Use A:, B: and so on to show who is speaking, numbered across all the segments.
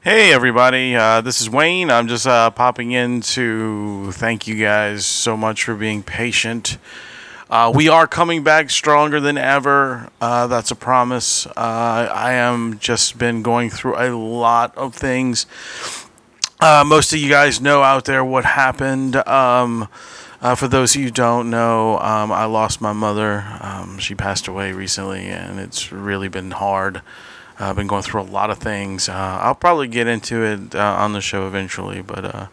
A: Hey, everybody. Uh, this is Wayne. I'm just uh, popping in to thank you guys so much for being patient. Uh, we are coming back stronger than ever. Uh, that's a promise. Uh, I am just been going through a lot of things. Uh, most of you guys know out there what happened. Um, uh, for those of you who don't know, um, I lost my mother. Um, she passed away recently, and it's really been hard. Uh, I've been going through a lot of things. Uh, I'll probably get into it uh, on the show eventually, but. Uh,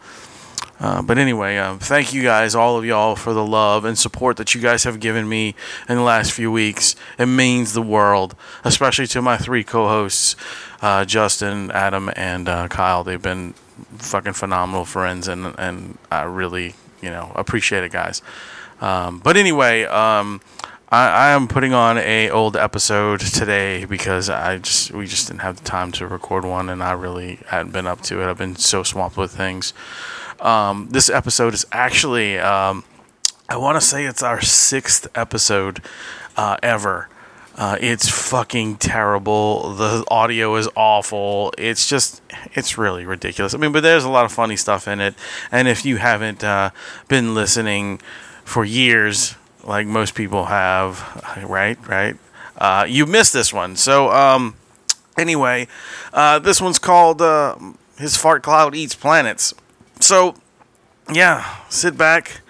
A: uh, but anyway, um, thank you guys, all of y'all, for the love and support that you guys have given me in the last few weeks. It means the world, especially to my three co hosts, uh, Justin, Adam, and uh, Kyle. They've been fucking phenomenal friends, and, and I really, you know, appreciate it, guys. Um, but anyway, um, I, I am putting on a old episode today because I just we just didn't have the time to record one, and I really hadn't been up to it. I've been so swamped with things. Um, this episode is actually um, I want to say it's our sixth episode uh, ever. Uh, it's fucking terrible. The audio is awful. It's just, it's really ridiculous. I mean, but there's a lot of funny stuff in it. And if you haven't uh, been listening for years, like most people have, right, right, uh, you missed this one. So, um, anyway, uh, this one's called uh, His Fart Cloud Eats Planets. So, yeah, sit back,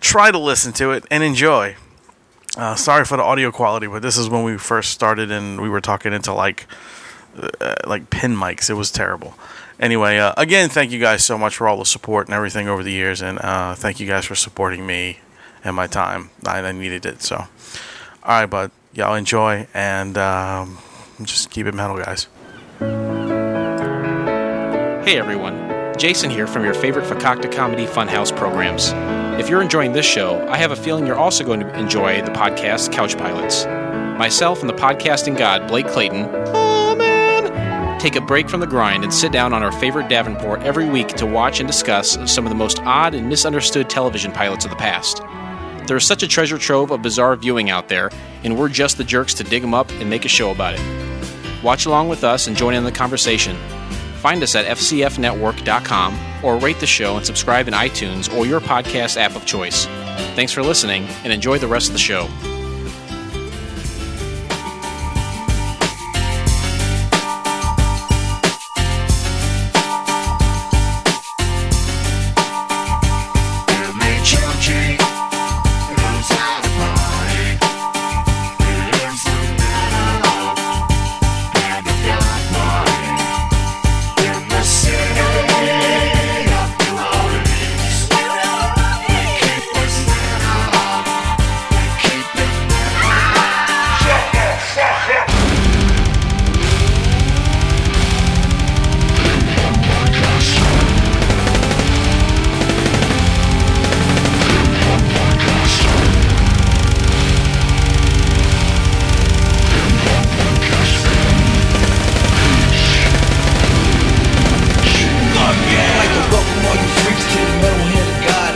A: try to listen to it, and enjoy. Uh, sorry for the audio quality, but this is when we first started and we were talking into like uh, like pin mics. It was terrible. Anyway, uh, again, thank you guys so much for all the support and everything over the years, and uh, thank you guys for supporting me and my time. I, I needed it. So, all right, bud, y'all enjoy and um, just keep it metal, guys.
B: Hey everyone, Jason here from your favorite Fakakta Comedy Funhouse programs. If you're enjoying this show, I have a feeling you're also going to enjoy the podcast Couch Pilots. Myself and the podcasting god Blake Clayton oh, man, take a break from the grind and sit down on our favorite Davenport every week to watch and discuss some of the most odd and misunderstood television pilots of the past. There is such a treasure trove of bizarre viewing out there, and we're just the jerks to dig them up and make a show about it. Watch along with us and join in the conversation. Find us at fcfnetwork.com or rate the show and subscribe in iTunes or your podcast app of choice. Thanks for listening and enjoy the rest of the show.
C: I'd like to welcome all you freaks to the metal hand of God.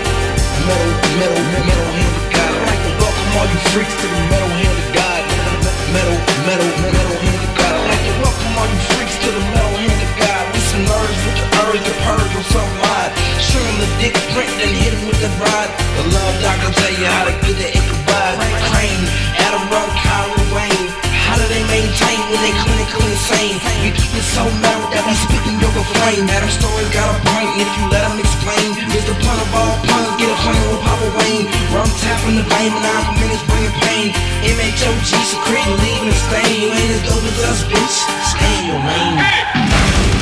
C: Metal, metal, metal hand of God. I'd like to welcome all you freaks to the metal hand of God. Metal, metal, metal hand of God. I'd like to welcome all you freaks to the metal hand of God. We some nerds with the urge to purge on some mind. Shoot 'em the dick, drink, then hit 'em with the rod. The love doctor tell you how to get the Ichabod. Crane, Adam Rowe, Kyrie Wayne. How do they maintain when they clinically insane? You keep it so mellow that we speaking your refrain. Adam story got a point if you let 'em explain. It's the pun of all puns, get a plan with Papa Wayne. Where I'm tapping the vein and I'm minutes bringing pain. MHOG secreting, leaving a stain. You ain't as dope as us, bitch. Stay in your lane.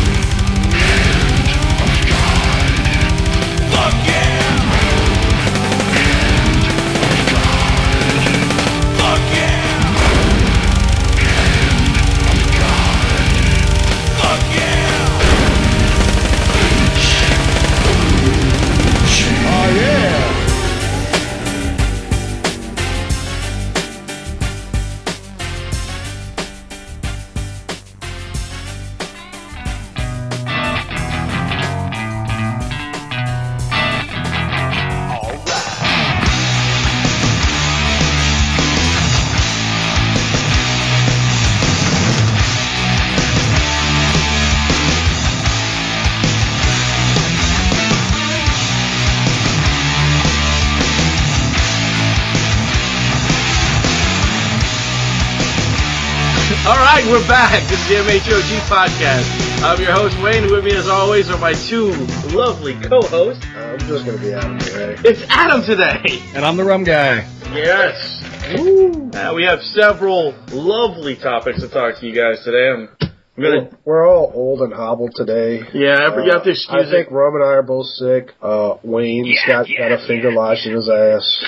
D: right, we're back. It's the MHOG podcast. I'm your host Wayne. and With me, as always, are my two lovely co-hosts.
E: I'm just gonna be out of here.
D: It's Adam today.
E: And I'm the rum guy.
D: Yes. Uh, we have several lovely topics to talk to you guys today. I'm, I'm gonna.
E: We're all old and hobbled today.
D: Yeah, but you have to excuse
E: I think
D: it.
E: Rum and I are both sick. Uh, Wayne's got, got a finger lodged in his ass.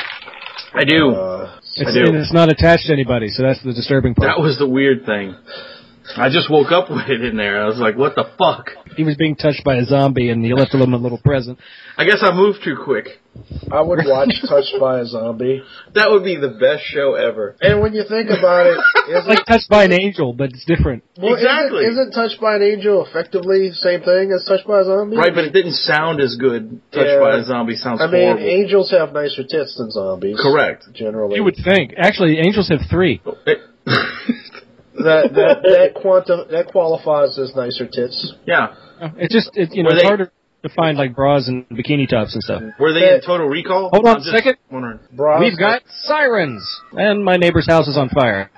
D: I do.
E: Uh,
D: I
F: It's,
D: do.
F: and it's not attached to anybody, so that's the disturbing part.
D: That was the weird thing. I just woke up with it in there. I was like, what the fuck?
F: he was being touched by a zombie, and you left him a little present.
D: I guess I moved too quick.
E: I would watch Touched by a Zombie.
D: That would be the best show ever.
E: And when you think about it,
F: It's
E: isn't,
F: like touched by an angel, but it's different.
E: well, isn't-
D: exactly.
E: Isn't, Touched by an Angel effectively same thing as Touched by a Zombie?
D: Right, but it didn't sound as good. Touched
E: Yeah.
D: by a zombie sounds
E: I mean,
D: horrible.
E: angels have nicer tits than zombies.
D: Correct.
E: Generally.
F: You would think. Actually, angels have three.
E: That, that, that, quanti- that qualifies as nicer tits.
D: yeah.
F: It's just, it, you know,
D: Were
F: it's
D: they-
F: harder to find like bras and bikini tops and stuff.
D: Were they in
E: Uh,
D: Total Recall?
F: hold on
D: I'm
F: a
D: just
F: second.
D: Wondering.
E: Bras
F: We've got sirens, and my neighbor's house is on fire.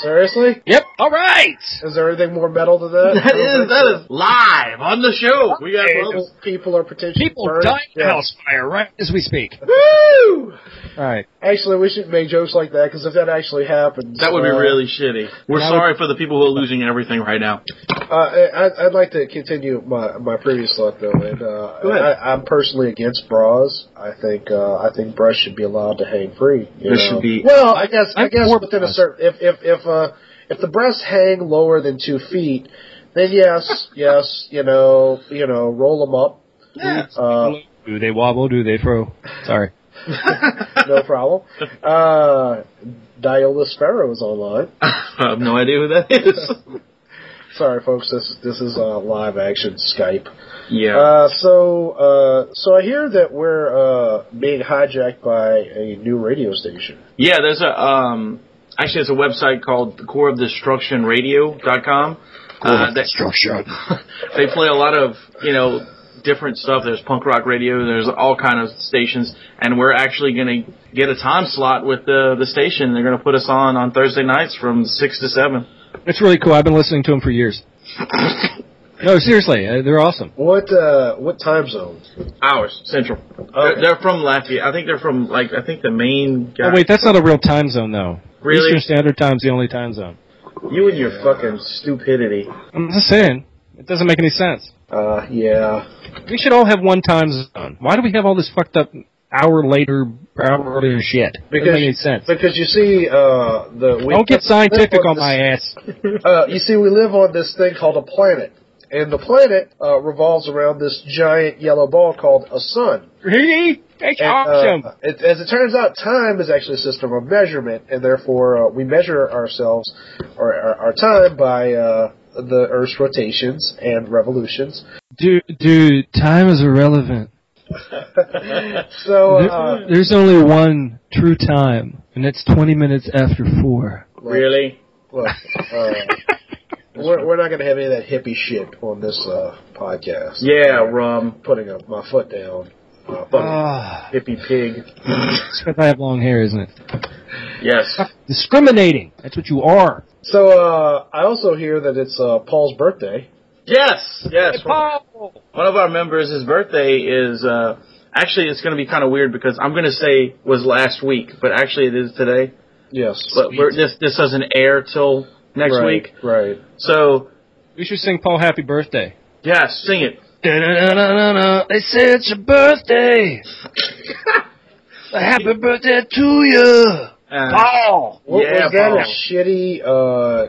E: Seriously?
F: Yep. All right.
E: Is there anything more metal to that?
D: That is that is live on the show. We got
E: People, people are potentially
F: People
E: burned.
F: dying in
E: Yeah.
F: house fire right as we speak.
D: Woo!
F: All right.
E: Actually, we should make jokes like that because if that actually happens,
D: That would be
E: uh,
D: really shitty. We're
F: that would-
D: sorry for the people who are losing everything right now.
E: Uh, I, I'd- I'd like to continue my, my previous thought though, and uh,
D: Go ahead.
E: I, I'm personally against bras. I think uh, I think bras should be allowed to hang free.
D: There
E: You know?
D: should be-
E: Well, I guess I
F: I'm
E: guess
F: for
E: within a
F: bras.
E: certain if if if uh, if the breasts hang lower than two feet, then yes, yes, you know, you know, roll them up. Uh,
F: Do they wobble? Do they throw? Sorry.
E: no problem. Uh, Diola Sparrow is online.
D: I have no idea who that is.
E: Sorry, folks. This this is uh, live action Skype.
D: yeah.
E: Uh, so uh, so I hear that we're uh, being hijacked by a new radio station.
D: Yeah, there's a um actually it's a website called the core of destruction radio.com. Uh, that, they play a lot of, you know, different stuff. There's punk rock radio, there's all kind of stations and we're actually going to get a time slot with the the station. They're going to put us on on Thursday nights from 6 to 7.
F: It's really cool. I've been listening to them for years. No, seriously, uh, they're awesome.
E: What uh, what time zone?
D: Hours central. They're, they're from Latvia. I think they're from like I think the main guy.
F: Oh, wait, that's not a real time zone though.
D: Really?
F: Eastern Standard Time's the only time zone.
D: you and your fucking stupidity.
F: I'm just saying, it doesn't make any sense.
E: Uh, yeah,
F: We should all have one time zone. Why do we have all this fucked up hour later, hour earlier shit? doesn't make any sense.
E: because you see uh, the we
F: Don't get scientific
E: live
F: on
E: this-
F: my ass.
E: Uh, you see, we live on this thing called a planet, and the planet uh, revolves around this giant yellow ball called a sun.
F: Really? That's
E: And,
F: awesome.
E: uh, it, as it turns out, time is actually a system of measurement, and therefore uh, we measure ourselves or our, our time by uh, the Earth's rotations and revolutions.
F: Dude, dude, time is irrelevant.
E: So, uh,
F: There's only one true time, and that's 20 minutes after four.
D: Really?
E: look, uh, we're, we're not going to have any of that hippie shit on this uh, podcast.
D: Yeah, rum.
E: putting up my foot down. Uh, fucking
F: Ah,
E: hippie pig.
F: it's because I have long hair, isn't it?
D: Yes.
F: Discriminating. That's what you are.
E: So uh, I also hear that it's uh, Paul's birthday.
D: Yes. Yes.
F: Paul.
D: One of our members, his birthday is uh, actually it's going to be kind of weird because I'm going to say was last week, but actually it is today.
E: Yes.
D: But we're, this this doesn't air till next
E: right,
D: week.
E: Right.
D: So
F: We should sing Paul Happy Birthday.
D: yeah, sing it.
F: They say it's your birthday. happy birthday to you,
D: Uh,
F: Paul.
E: Oh, What
D: Yeah,
E: was that
D: Paul.
E: a shitty uh,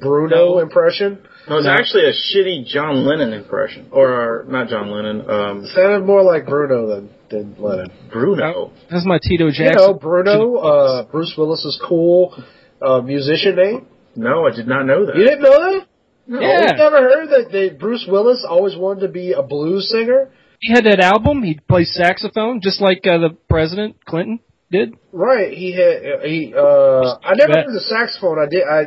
E: Bruno
D: Oh. No.
E: impression?
D: no, it's actually a shitty John Lennon impression, or not John Lennon, um,
E: Sounded more like Bruno than than Lennon.
D: Bruno.
F: That's my Tito
E: You
F: Jackson.
E: know, Bruno, uh, Bruce Willis's cool uh, musician name.
D: No, I did not know that.
E: You didn't know that? No.
F: Yeah.
E: You've never heard that they, Bruce Willis always wanted to be a blues singer?
F: he had that album. He plays saxophone, just like uh, the president Clinton did.
E: Right, he had he. uh I never
F: Yeah.
E: heard the saxophone. I did. I, I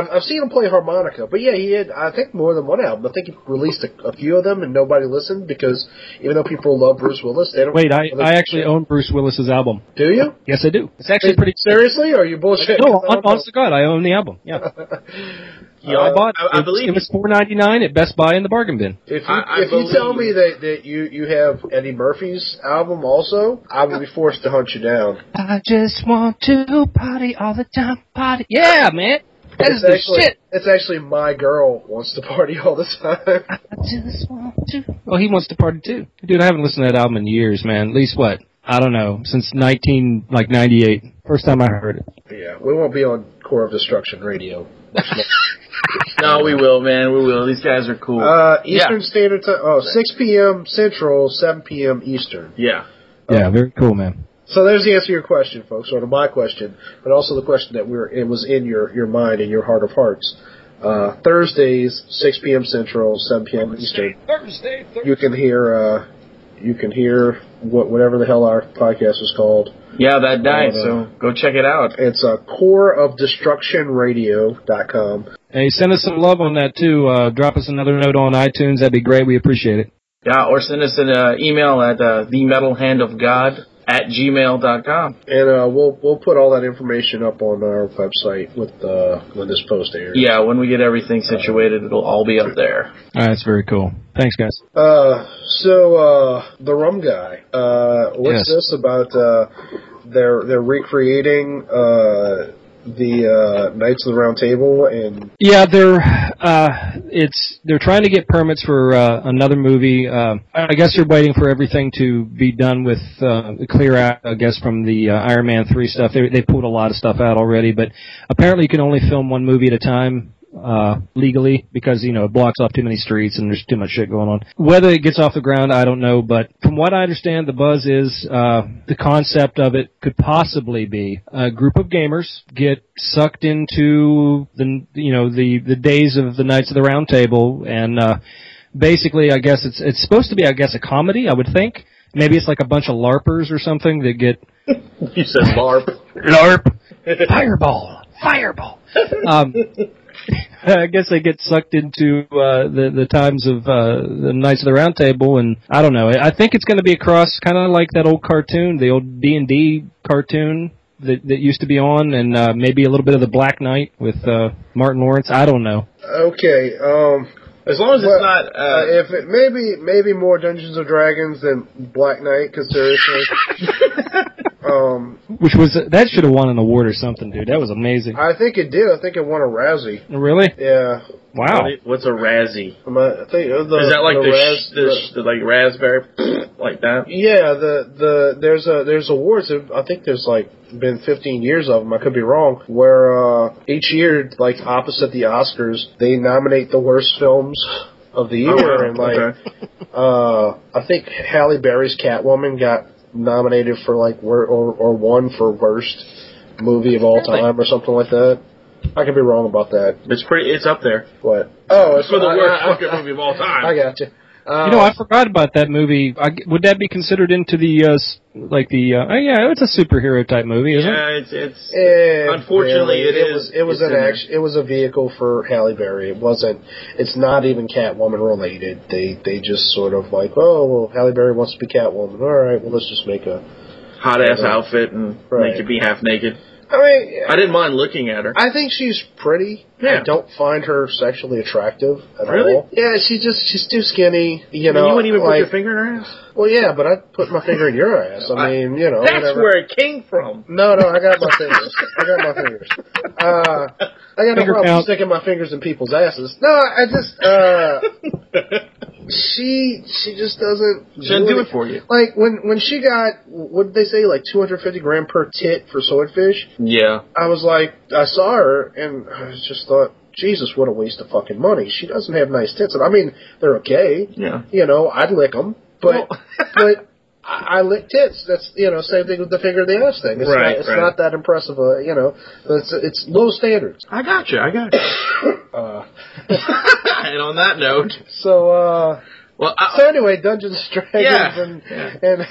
E: I've- I've seen him play harmonica, but yeah, he had. I think more than one album. I think he released a, a few of them, and nobody listened because even though people love Bruce Willis, they don't.
F: Wait, I,
E: really-
F: I actually own Bruce Willis's album.
E: do you
F: Yes, I do. It's actually pretty.
E: seriously? Or are you bullshit?
F: No, hon- honest to God, I own the album. Yeah, yeah, I bought.
D: I- I
F: it.
D: believe-
F: it was four ninety nine at Best Buy in the bargain bin.
E: If you,
D: I- I
E: if you tell me
D: believe-
E: that, that you, you have Eddie Murphy's album also, I will be forced to hunt you down.
F: I just want to party all the time, party. Yeah, man, that
E: It's
F: is the
E: actually,
F: shit.
E: It's actually my girl wants to party all the time.
F: I just want to. Well, he wants to party too, dude. I haven't listened to that album in years, man. At least what I don't know since nineteen like ninety eight. First time I heard it.
E: yeah, we won't be on Core of Destruction Radio.
D: No, we will, man. We will. These guys are cool.
E: Uh,
D: Yeah.
E: Eastern Standard Time. Oh, 6 p.m. Central, 7 p.m. Eastern.
D: yeah.
F: Yeah, very cool, man.
E: So there's the answer to your question, folks, or to my question, but also the question that we're it was in your your mind and your heart of hearts. Uh, Thursdays, 6 p.m. Central, 7 p.m. Eastern.
F: Thursday, Thursday.
E: You can hear uh, you can hear what whatever the hell our podcast is called.
D: Yeah, that night.
E: Uh,
D: So go check it out.
E: It's uh, coreofdestructionradio.com.
F: Hey, send us some love on that too. Uh, drop us another note on iTunes. That'd be great. We appreciate it.
D: Yeah, or send us an uh, email at uh, themetalhandofgod at gmail.com.
E: And uh, we'll we'll put all that information up on our website with uh, when this post airs.
D: Yeah, when we get everything situated, it'll all be up there.
F: All right, that's very cool. Thanks, guys.
E: Uh, so uh, the rum guy. Uh, what's
F: Yes.
E: this about? Uh, they're they're recreating uh, the uh, Knights of the Round Table, and
F: Yeah, they're uh, it's they're trying to get permits for uh, another movie. Uh, I guess they're waiting for everything to be done with uh, clear out. I guess from the uh, Iron Man three stuff, they they pulled a lot of stuff out already. But apparently, you can only film one movie at a time uh, legally because you know it blocks off too many streets and there's too much shit going on. Whether it gets off the ground, I don't know. But from what I understand, the buzz is uh, the concept of it could possibly be a group of gamers get sucked into the you know the the days of the Knights of the Round Table and uh, basically, I guess it's it's supposed to be, I guess, a comedy. I would think maybe it's like a bunch of larpers or something that get
D: You said LARP.
F: LARP. Fireball. Fireball. Um, I guess they get sucked into uh, the the times of uh, the Knights of the Round Table, and I don't know. I I think it's going to be across kind of like that old cartoon, the old D and D cartoon that that used to be on, and uh, maybe a little bit of the Black Knight with uh, Martin Lawrence. I don't know.
E: okay, um,
D: As long as it's
E: Well,
D: not.
E: uh,
D: Uh,
E: if it, maybe maybe more Dungeons and Dragons than Black Knight, because seriously, um,
F: Which was that should have won an award or something, dude. That was amazing.
E: I think it did. I think it won a Razzie.
F: Really?
E: Yeah,
F: Wow.
D: what's a Razzie?
E: Am I I think uh, the,
D: Is that like the,
E: Raz-
D: sh- the, sh- the like raspberry like that?
E: Yeah, the the there's a there's awards. that- I think there's like been 15 years of them. I could be wrong. Where uh, each year, like opposite the Oscars, they nominate the worst films of the year.
D: Oh, wow.
E: And like,
D: Okay.
E: uh, I think Halle Berry's Catwoman got nominated for like wor- or or won for worst movie of all time or something like that. I could be wrong about that.
D: It's pretty. It's up there. Uh,
E: What? Oh, it's
D: For the
E: I-
D: worst
E: I-
D: fucking
E: I,
D: movie of all time.
E: I got you. Uh,
F: You know, I forgot about that movie. I, would that be considered into the uh, s- like the? Uh, oh yeah, it's a superhero type movie, isn't it?
D: yeah, it's it's.
E: Eh,
D: Unfortunately, it is-
E: Was, it was
D: it's
E: an
D: in there.
E: action. It was a vehicle for Halle Berry. It wasn't. It's not even Catwoman related. They they just sort of like, oh, well, Halle Berry wants to be Catwoman. All right, well, let's just make a.
D: hot ass outfit and
E: Right.
D: make you be half naked.
E: I mean,
D: I didn't mind looking at her.
E: I think she's pretty.
D: Yeah.
E: I don't find her sexually attractive at
D: Really?
E: all. Yeah, she just she's too skinny. You
D: You,
E: know,
D: you wouldn't even put
E: like-
D: your finger in her ass.
E: Well, yeah, but I put my finger in your ass. I
D: I-
E: mean, you know,
D: That's
E: whatever.
D: where it came from.
E: No, no, I got my fingers. I got my fingers. Uh, I got
F: Finger
E: no problem
F: count.
E: sticking my fingers in people's asses. No, I just uh, she she just doesn't
D: Shouldn't do it for you.
E: Like when when she got what did they say like 250 gram per tit for swordfish?
D: Yeah.
E: I was like, I saw her and I just thought, Jesus, what a waste of fucking money. She doesn't have nice tits, and I mean they're okay.
D: Yeah.
E: You know, I'd lick them, but
D: Well-
E: but I, I lick tits. That's you know same thing with the finger in the ass thing. It's
D: Right,
E: not, it's
D: right.
E: not that impressive. Uh, you know, it's it's low standards.
D: I got you. I got you.
E: Uh,
D: and on that note,
E: so uh,
D: Well, I,
E: So anyway, Dungeons and Dragons
D: Yeah.
E: and and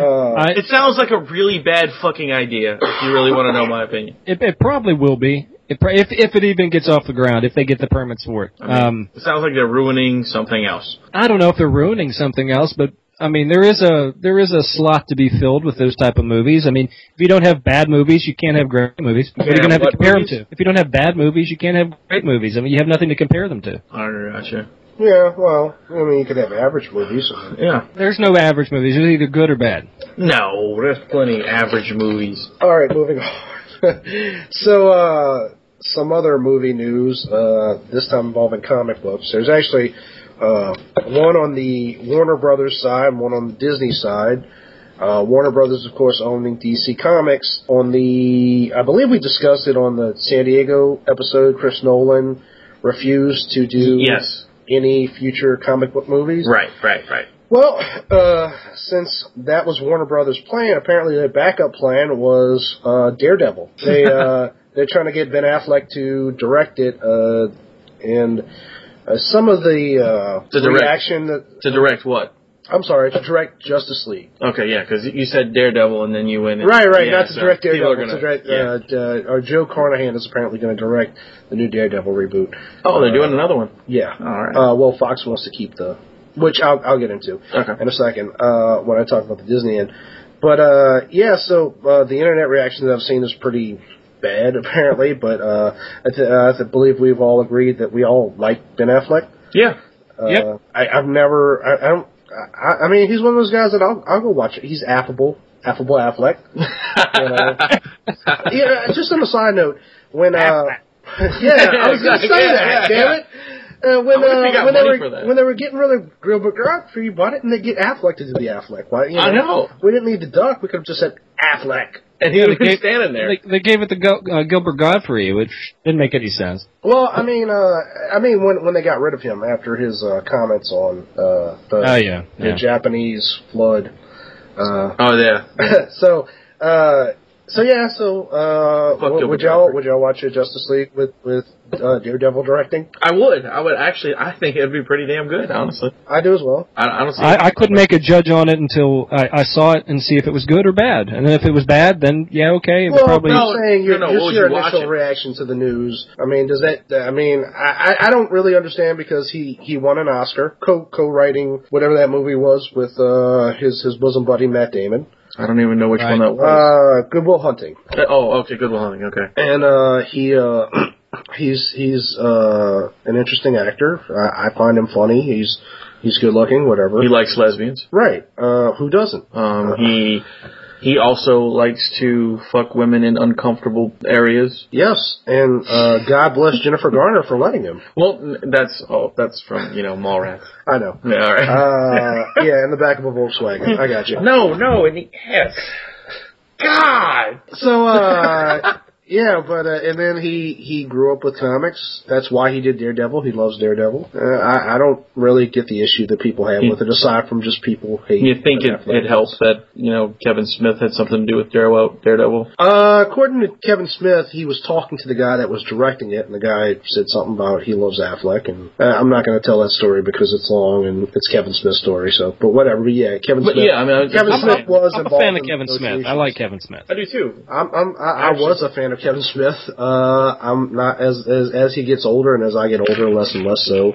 E: uh,
F: I,
D: It sounds like a really bad fucking idea. If you really want to know my opinion,
F: it, it probably will be. It, pro- if if it even gets off the ground, if they get the permits for it. Um,
D: it sounds like they're ruining something else.
F: I don't know if they're ruining something else, but I mean there is a there is a slot to be filled with those type of movies. I mean, if you don't have bad movies, you can't have great movies. What are you
D: can't
F: going to
D: have
F: have to
D: what
F: compare them
D: movies?
F: to? If you don't have bad movies, you can't have great movies. I mean, you have nothing to compare them to.
D: I gotcha.
E: yeah, well, I mean, you could have average movies.
D: Yeah.
F: There's no average movies. They're either good or bad.
D: No, there's plenty of average movies.
E: All right, moving on. so, uh, some other movie news. Uh, this time involving comic books. There's actually uh, one on the Warner Brothers side, and one on the Disney side. Uh, Warner Brothers, of course, owning DC Comics. On the, I believe we discussed it on the San Diego episode. Chris Nolan refused to do
D: Yes.
E: any future comic book movies.
D: Right, right, right.
E: Well, uh, since that was Warner Brothers' plan, apparently their backup plan was uh, Daredevil. They uh, they're trying to get Ben Affleck to direct it, uh, and uh, some of the, uh,
D: To direct.
E: reaction that
D: To direct what?
E: I'm sorry to direct Justice League.
D: Okay, yeah, because you said Daredevil and then you went. in-
E: Right, right.
D: Yeah,
E: not to
D: so
E: direct
D: people
E: Daredevil.
D: are gonna-
E: to direct,
D: yeah.
E: uh, uh, or Joe Carnahan is apparently going to direct the new Daredevil reboot.
D: oh, they're
E: uh,
D: doing another one.
E: Yeah.
D: All right.
E: Uh, well, Fox wants to keep the, which I'll, I'll get into
D: Okay.
E: in a second uh, when I talk about the Disney end. But uh, yeah, so uh, the internet reaction that I've seen is pretty bad apparently. But uh, I, th- uh, I th- believe we've all agreed that we all like Ben Affleck.
D: Yeah.
E: Uh,
F: Yep.
E: I, I've never. I, I don't. I, I mean, he's one of those guys that I'll, I'll go watch it. He's affable, affable Affleck. You know? yeah. Just on a side note, when uh, yeah, I was gonna say
D: Yeah,
E: that.
D: yeah,
E: damn
D: yeah.
E: it. Uh, when,
D: wonder if
E: uh,
D: he got
E: when they
D: money
E: were
D: for that.
E: when they were getting rid of Gilbert Godfrey, why didn't they get Affleck to do the Affleck? Why? You know,
D: I know.
E: We didn't need the duck. We could have just said Affleck.
D: And he
F: Yeah,
D: was
F: they gave-
D: standing there.
F: They, they gave it to Gil- uh, Gilbert Godfrey, which didn't make any sense.
E: Well, I mean, uh, I mean, when when they got rid of him after his uh, comments on uh, the,
F: Oh yeah,
E: the
F: yeah.
E: Japanese flood. Uh,
D: oh yeah.
E: so, uh, so yeah, so uh,
D: Fuck
E: w-
D: Gilbert
E: would y'all
D: Godfrey.
E: would y'all watch a Justice League with with uh, Daredevil directing?
D: I would. I would actually. I think it'd be pretty damn good, honestly.
E: I do as well.
D: I, I don't see.
F: I, I couldn't make a judge on it until I, I saw it and see if it was good or bad. And then if it was bad, then yeah, okay, it was
E: Well,
F: probably
E: I'm saying your,
D: no, no, would
E: just your
D: you watch
E: initial
D: it?
E: reaction to the news. I mean, does that? I mean, I, I- I don't really understand because he he won an Oscar co co writing whatever that movie was with uh, his his bosom buddy Matt Damon.
D: I don't even know which one
F: Right.
D: that was.
E: Uh, Goodwill Hunting.
D: oh, okay. Good one. Okay.
E: and uh, he uh, he's he's uh, an interesting actor. I, I find him funny. He's he's good looking. Whatever.
D: He likes lesbians.
E: right. Uh, who doesn't?
D: Um, he he also likes to fuck women in uncomfortable areas.
E: Yes. And uh, God bless Jennifer Garner for letting him.
D: Well, n- that's oh, that's from you know Mallrats.
E: I know.
D: Yeah, all right.
E: Uh, yeah, in the back of a Volkswagen. I got you.
D: no, no, in the ass. God.
E: So uh, yeah, but uh, and then he he grew up with comics. That's why he did Daredevil. He loves Daredevil. Uh, I, I don't really get the issue that people have with it, aside from just people hate.
D: Hmm. You think
E: Ben
D: it,
E: Affleck.
D: it helps that you know Kevin Smith had something to do with Daredevil? Daredevil.
E: Uh, according to Kevin Smith, he was talking to the guy that was directing it, and the guy said something about he loves Affleck, and uh, I'm not going to tell that story because it's long and it's Kevin Smith's story. So, but whatever. But yeah, Kevin
D: But
E: Smith.
D: yeah, I mean, I was
E: Kevin
D: just
E: Smith
D: saying.
E: was
F: I'm a
E: involved
F: fan of
E: in
F: Kevin Smith. I
E: negotiations.
F: like Kevin Smith.
D: I do too.
E: I'm, I'm, I, I was a fan of Kevin Smith. Uh, I'm not as as as he gets older and as I get older, less and less so.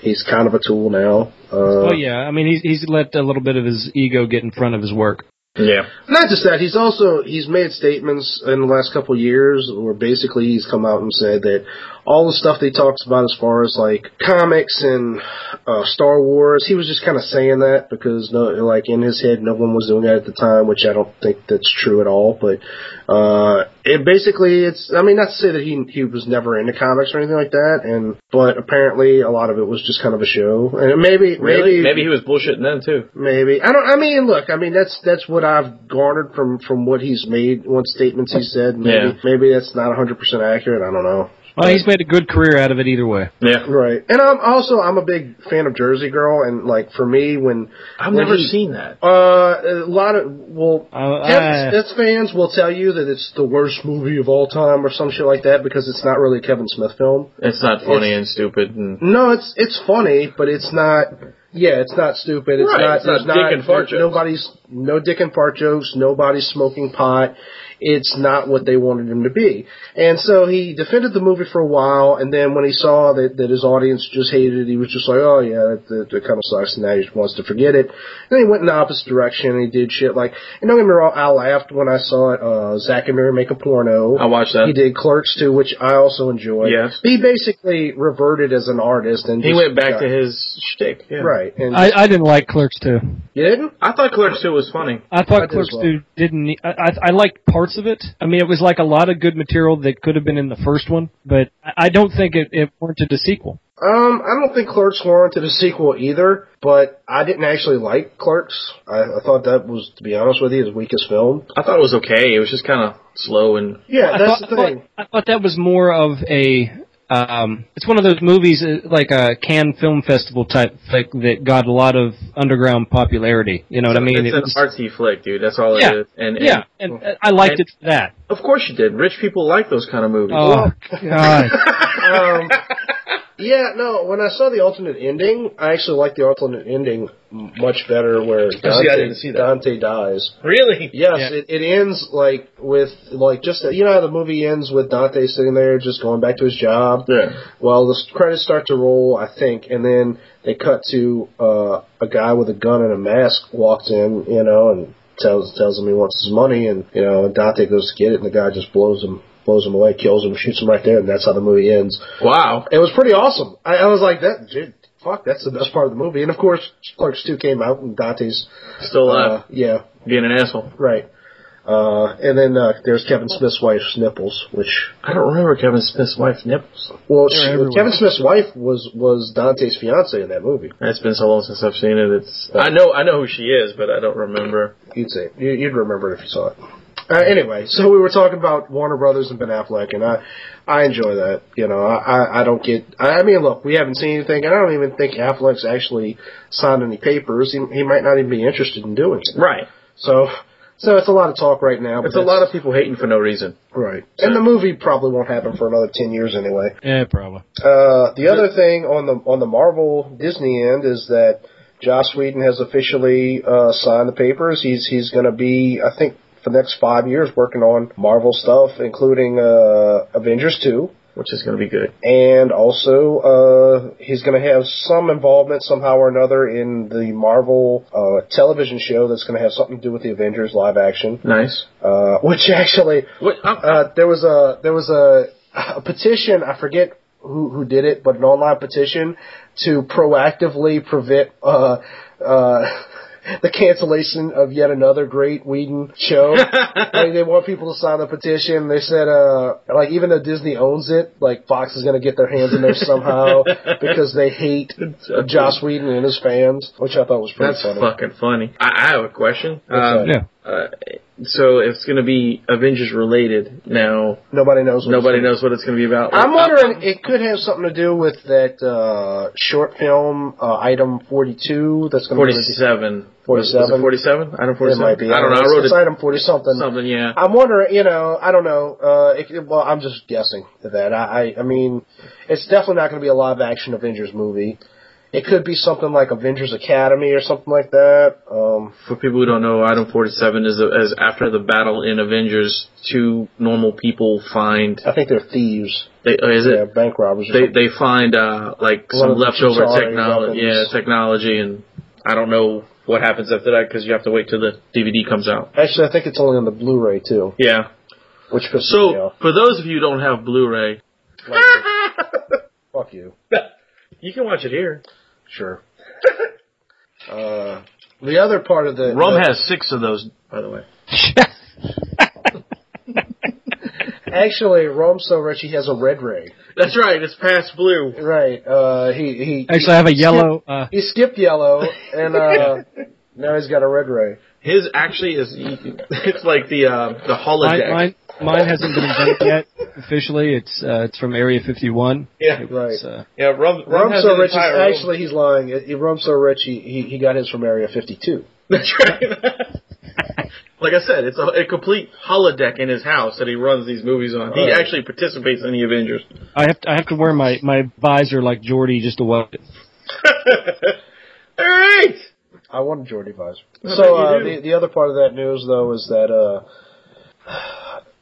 E: He's kind of a tool now. Uh,
F: Oh yeah, I mean he's he's let a little bit of his ego get in front of his work.
D: Yeah.
E: Not just that, he's also he's made statements in the last couple of years where basically he's come out and said that all the stuff that he talks about as far as like comics and uh, Star Wars, he was just kind of saying that because no, like in his head, no one was doing that at the time, which I don't think that's true at all. But uh, it basically, it's I mean, not to say that he he was never into comics or anything like that, and but apparently a lot of it was just kind of a show, and maybe
D: Really?
E: maybe
D: Maybe he was bullshitting then too.
E: Maybe I don't. I mean, look. I mean, that's that's what I've garnered from from what he's made, what statements he said. Maybe
D: Yeah.
E: maybe that's not 100 percent accurate. I don't know.
F: Well, he's made a good career out of it either way.
D: Yeah.
E: Right. And I'm also I'm a big fan of Jersey Girl, and like for me when
D: I've
E: when
D: never
E: he-
D: seen that.
E: Uh, a lot of well,
F: Uh, I-
E: Kevin Smith fans will tell you that it's the worst movie of all time or some shit like that because it's not really a Kevin Smith film.
D: It's not funny and stupid and
E: No, it's it's funny, but it's not. Yeah, it's not stupid. It's
D: Right,
E: not.
D: it's not
E: there's
D: dick and fart jokes.
E: Nobody's no dick and fart jokes. Nobody's smoking pot. It's not what they wanted him to be. And so he defended the movie for a while, and then when he saw that, that his audience just hated it, he was just like, "Oh yeah, that, that, that kind of sucks." And now he just wants to forget it. And then he went in the opposite direction and he did shit like. And don't get me wrong, I laughed when I saw it. Uh, Zach and Mary make a porno.
D: I watched that.
E: He did Clerks too, which I also enjoyed.
D: Yes.
E: But he basically reverted as an artist, and
D: He
E: just
D: went back
E: got-
D: to his shtick. Yeah.
E: right. And
F: I, I didn't like Clerks too.
E: you didn't.
D: I thought Clerks 2 was funny.
F: I
E: I did
F: thought
E: as
F: Clerks
E: well.
F: too didn't. Need, I, I I liked parts of it. I mean, it was like a lot of good material that could have been in the first one, but I I don't think it, it warranted a sequel.
E: Um, I don't think Clerks warranted a sequel either, but I didn't actually like Clerks. I, I thought that was, to be honest with you, his weakest film.
D: I thought it was okay. It was just kind of slow and
E: Yeah,
F: I
E: that's
F: thought-
E: the
F: I
E: thing.
F: thought- I thought that was more of a. Um, it's one of those movies uh, like a Cannes Film Festival type flick that got a lot of underground popularity. You know what I mean?
D: it's
F: It
D: an
F: was-
D: artsy flick, dude. That's all
F: Yeah.
D: it is. And, and-
F: yeah, and uh, I liked
D: and-
F: it for that.
D: of course you did. Rich people like those kind of movies.
F: Oh God!
E: um, yeah, no. When I saw the alternate ending, I actually liked the alternate ending m- much better, where Dante,
D: didn't see that.
E: Dante dies.
D: really?
E: Yes,
F: Yeah.
E: it, it ends like with like just you know how the movie ends with Dante sitting there just going back to his job.
D: Yeah.
E: Well, the credits start to roll, I think, and then they cut to uh, a guy with a gun and a mask walks in, you know, and tells tells him he wants his money, and you know, Dante goes to get it, and the guy just blows him blows him away, kills him, shoots him right there, and that's how the movie ends.
F: Oh.
D: Wow.
E: It was pretty awesome. I, I was like, that dude, fuck, that's the best part of the movie. And of course, Clerks Two came out, and Dante's,
D: Still alive.
E: uh, yeah,
D: being an asshole.
E: right. Uh, and then uh, there's Kevin Smith's wife's nipples, which
D: I don't remember Kevin Smith's wife nipples.
E: well,
F: They're
E: she-
F: everywhere.
E: Kevin Smith's wife was was Dante's fiance in that movie.
D: It's been so long since I've seen it. It's uh, I know I know who she is, but I don't remember.
E: You'd say you, you'd remember it if you saw it. Uh, anyway, so we were talking about Warner Brothers and Ben Affleck, and I, I enjoy that. You know, I, I, I don't get. I, I mean, look, we haven't seen anything, and I don't even think Affleck's actually signed any papers. He, he might not even be interested in doing it.
D: Right.
E: So, so it's a lot of talk right now. but
D: It's a
E: that's-
D: lot of people hating for no reason.
E: right, and the movie probably won't happen for another ten years anyway.
F: yeah, probably.
E: Uh, the other thing on the on the Marvel Disney end is that Joss Whedon has officially uh, signed the papers. He's he's going to be, I think, for the next five years working on Marvel stuff, including uh, Avengers two,
D: Which is gonna be good.
E: and also uh, he's going to have some involvement somehow or another in the Marvel uh, television show that's going to have something to do with the Avengers live action.
D: Nice.
E: Uh, which actually,
D: What I'm,
E: uh, there was a there was a, a petition. I forget who who did it, but an online petition to proactively prevent uh, uh, the cancellation of yet another great Whedon show. like they want people to sign the petition. They said uh, like even though Disney owns it, like Fox is going to get their hands in there somehow because they hate Joss Whedon and his fans, which I thought was pretty
D: that's
E: funny.
D: fucking funny. I, I have a question. Um,
F: Yeah.
D: uh, so it's gonna be Avengers related. Now
E: Nobody knows. What it's
D: nobody
E: gonna be.
D: knows what it's gonna be about.
E: I'm wondering it could have something to do with that uh, short film uh, item 42 that's going to be
D: 47.
E: 47?
D: Forty-seven. I don't.
E: it
D: Forty-seven.
E: might be
D: I don't know. I
E: It's-
D: wrote
E: it's
D: it
E: item 40 something.
D: something. Yeah.
E: I'm wondering, you know, I don't know. Uh, it, well, I'm just guessing at that. I, I, I mean, it's definitely not going to be a live action Avengers movie. It could be something like Avengers Academy or something like that. Um,
D: For people who don't know, item forty-seven is, the, is after the battle in Avengers, two normal people find.
E: I think they're thieves,
D: They, oh, is
E: yeah,
D: it?
E: bank robbers. or
D: They
E: something.
D: they find uh like
E: One
D: some
E: of the
D: leftover
E: Chitauri
D: technology. Yeah,
E: weapons.
D: technology, and I don't know what happens after that because you have to wait till the DVD comes out.
E: Actually, I think it's only on the Blu-ray too,
D: Yeah.
E: which pisses me
D: So
E: off.
D: for those of you who don't have Blu-ray,
E: Fuck you.
D: you can watch it here.
E: Sure. uh, the other part of the
D: Rum
E: the-
D: has six of those, by the way.
E: actually Rome's so rich he has a red ray.
D: That's right. It's past blue.
E: Right. Uh, he he
F: Actually, I have a yellow. Uh,
E: he skipped yellow and uh, now he's got a red ray.
D: His actually is. It's like the uh, the
F: mine,
D: holodeck.
F: mine, mine hasn't been invented yet officially. It's uh, it's from Area 51.
D: Yeah,
E: Right.
F: It's, uh,
D: yeah. Rum, Rum
E: Rome
D: has
E: so
D: an
E: rich is
D: entire room.
E: actually he's lying. He, Rome's so rich he, he he got his from Area 52.
D: That's right. like I said, it's a, a complete holodeck in his house that he runs these movies on. He
E: Right.
D: actually participates in the Avengers.
F: I have to, I have to wear my my visor like Geordie just to watch it.
D: All right.
E: I want a Jordy Visor.
D: I
E: So
D: bet you
E: uh,
D: do.
E: the the other part of that news though is that uh,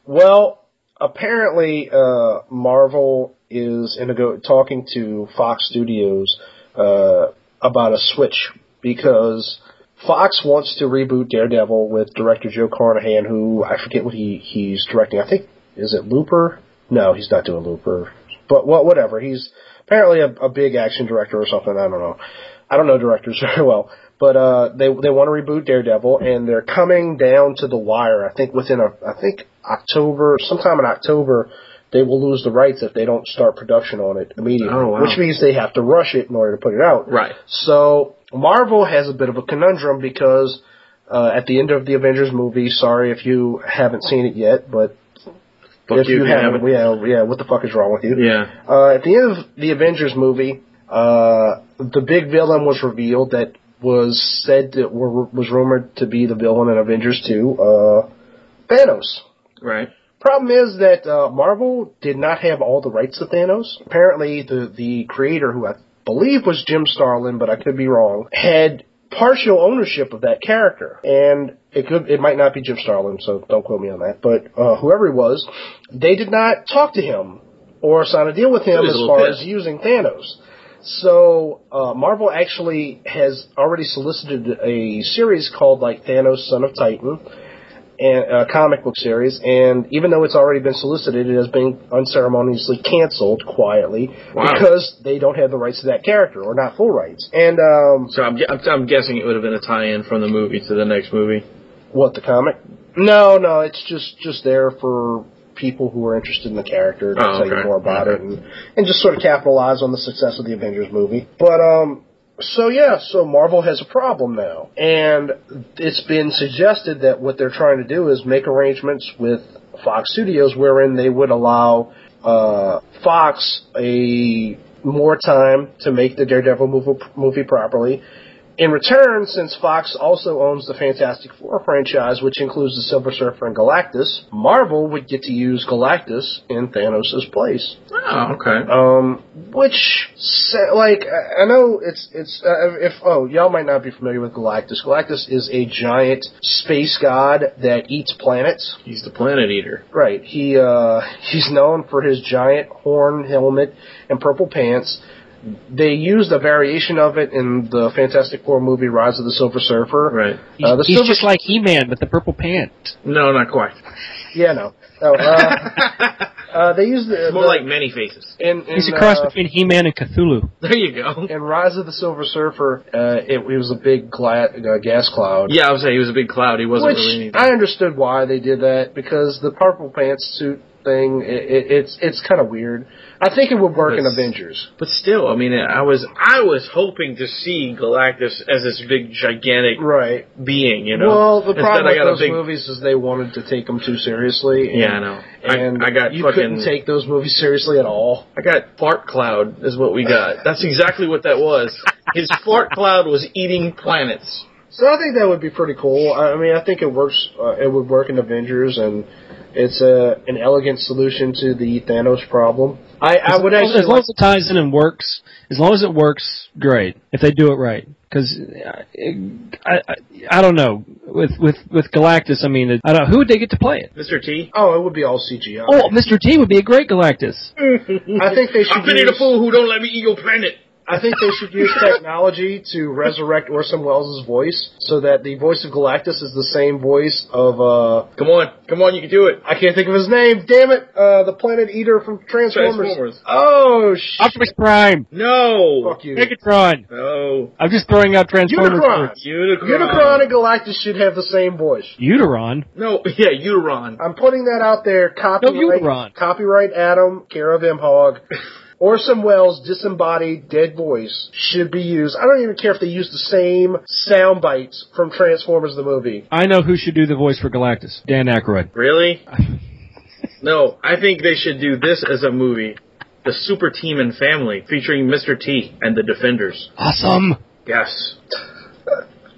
E: well, apparently uh, Marvel is in a go- talking to Fox Studios uh, about a switch because Fox wants to reboot Daredevil with director Joe Carnahan, who I forget what he he's directing. I think is it Looper? No, he's not doing Looper. But well, whatever. He's apparently a, a big action director or something. I don't know. I don't know directors very well, but uh, they they want to reboot Daredevil, and they're coming down to the wire. I think within a I think October, sometime in October, they will lose the rights if they don't start production on it immediately,
D: Oh, wow.
E: which means they have to rush it in order to put it out.
D: Right.
E: So Marvel has a bit of a conundrum because uh, at the end of the Avengers movie, sorry if you haven't seen it yet, but
D: Fuck
E: if
D: you,
E: you,
D: if you
E: haven't,
D: haven't.
E: yeah, yeah, what the fuck is wrong with you?
D: Yeah.
E: Uh, at the end of the Avengers movie, uh, the big villain was revealed that was said that were, was rumored to be the villain in Avengers 2, uh, Thanos.
D: Right.
E: Problem is that uh, Marvel did not have all the rights to Thanos. Apparently, the the creator, who I believe was Jim Starlin, but I could be wrong, had partial ownership of that character, and it could it might not be Jim Starlin, so don't quote me on that. But uh, whoever it was, they did not talk to him or sign a deal with him
D: was a
E: as
D: little
E: far
D: pissed.
E: as using Thanos. So uh, Marvel actually has already solicited a series called like Thanos, Son of Titan and uh, comic book series, and even though it's already been solicited, it has been unceremoniously canceled quietly
D: Wow.
E: because they don't have the rights to that character or not full rights. And um,
D: So I'm, gu- I'm, I'm guessing it would have been a tie-in from the movie to the next movie.
E: what the comic? No, no, it's just just there for people who are interested in the character to
D: Oh,
E: tell you
D: okay.
E: more about it and and just sort of capitalize on the success of the Avengers movie. But um, so yeah, so Marvel has a problem now, and it's been suggested that what they're trying to do is make arrangements with Fox Studios wherein they would allow uh, Fox a more time to make the Daredevil movie, movie properly. In return, since Fox also owns the Fantastic Four franchise, which includes the Silver Surfer and Galactus, Marvel would get to use Galactus in Thanos' place.
D: Oh, okay.
E: Um, which sa- like I I know it's it's uh, if oh y'all might not be familiar with Galactus. Galactus is a giant space god that eats planets.
D: He's the Planet Eater.
E: Right. He uh, he's known for his giant horn helmet and purple pants. They used a variation of it in the Fantastic Four movie Rise of the Silver Surfer.
D: Right.
E: Uh, the
F: he's
E: Silver-
F: just like E-Man, but the purple pants.
D: No, not quite.
E: Yeah, no. No, uh, uh, they used the,
D: It's more
E: the-
D: like many faces.
E: in, in,
F: He's a cross
E: uh,
F: between He-Man and Cthulhu.
D: There you go.
E: in Rise of the Silver Surfer. Uh, it, it was a big gla- uh, gas cloud.
D: Yeah, I would say he was a big cloud. He wasn't
E: Which
D: really anything.
E: I understood why they did that because the purple pants suit thing it, it, it's it's kind of weird. I think it would work in
D: It's-
E: Avengers.
D: But still, I mean, I was I was hoping to see Galactus as this big gigantic
E: Right.
D: being, you know.
E: well, the
D: Instead,
E: problem
D: I
E: with
D: got
E: those
D: a big.
E: movies is they wanted to take them too seriously. And,
D: Yeah, I know.
E: And
D: I, I got
E: you
D: fucking.
E: couldn't take those movies seriously at all.
D: I got fart cloud is what we got. That's exactly what that was. His fart cloud was eating planets.
E: So I think that would be pretty cool. I I mean, I think it works. Uh, it would work in Avengers, and it's a an elegant solution to the Thanos problem. I, I would actually
F: as long
E: like,
F: as it ties in and works, as long as it works, great. If they do it right, because I, I I don't know with with with Galactus. I mean, I don't who would they get to play it.
D: Mr. T.
E: oh, it would be all CGI.
F: Oh, Mr. T would be a great Galactus.
E: I think they should.
D: I'm pity the
E: use-
D: fool who don't let me eat your planet.
E: I think they should use technology to resurrect Orson Welles' voice, so that the voice of Galactus is the same voice of uh.
D: Come on, come on, you can do it.
E: I can't think of his name. Damn it! Uh, the Planet Eater from Transformers.
D: Transformers.
E: Oh shit!
F: Optimus Prime,
D: No.
E: Fuck you.
F: Megatron.
D: No.
F: I'm just throwing out Transformers.
E: Unicron.
D: Unicron.
E: Unicron and Galactus should have the same voice.
F: Uteron.
D: No. Oh, Yeah, Uteron.
E: I'm putting that out there. Copyright,
F: Uteron.
E: copyright Adam, care of M. Hogg. Orson Welles' disembodied dead voice should be used. I don't even care if they use the same sound bites from Transformers the movie.
F: I know who should do the voice for Galactus. Dan Aykroyd.
D: Really? no, I think they should do this as a movie. The Super Team and Family featuring Mr. T and the Defenders.
F: Awesome.
D: Yes.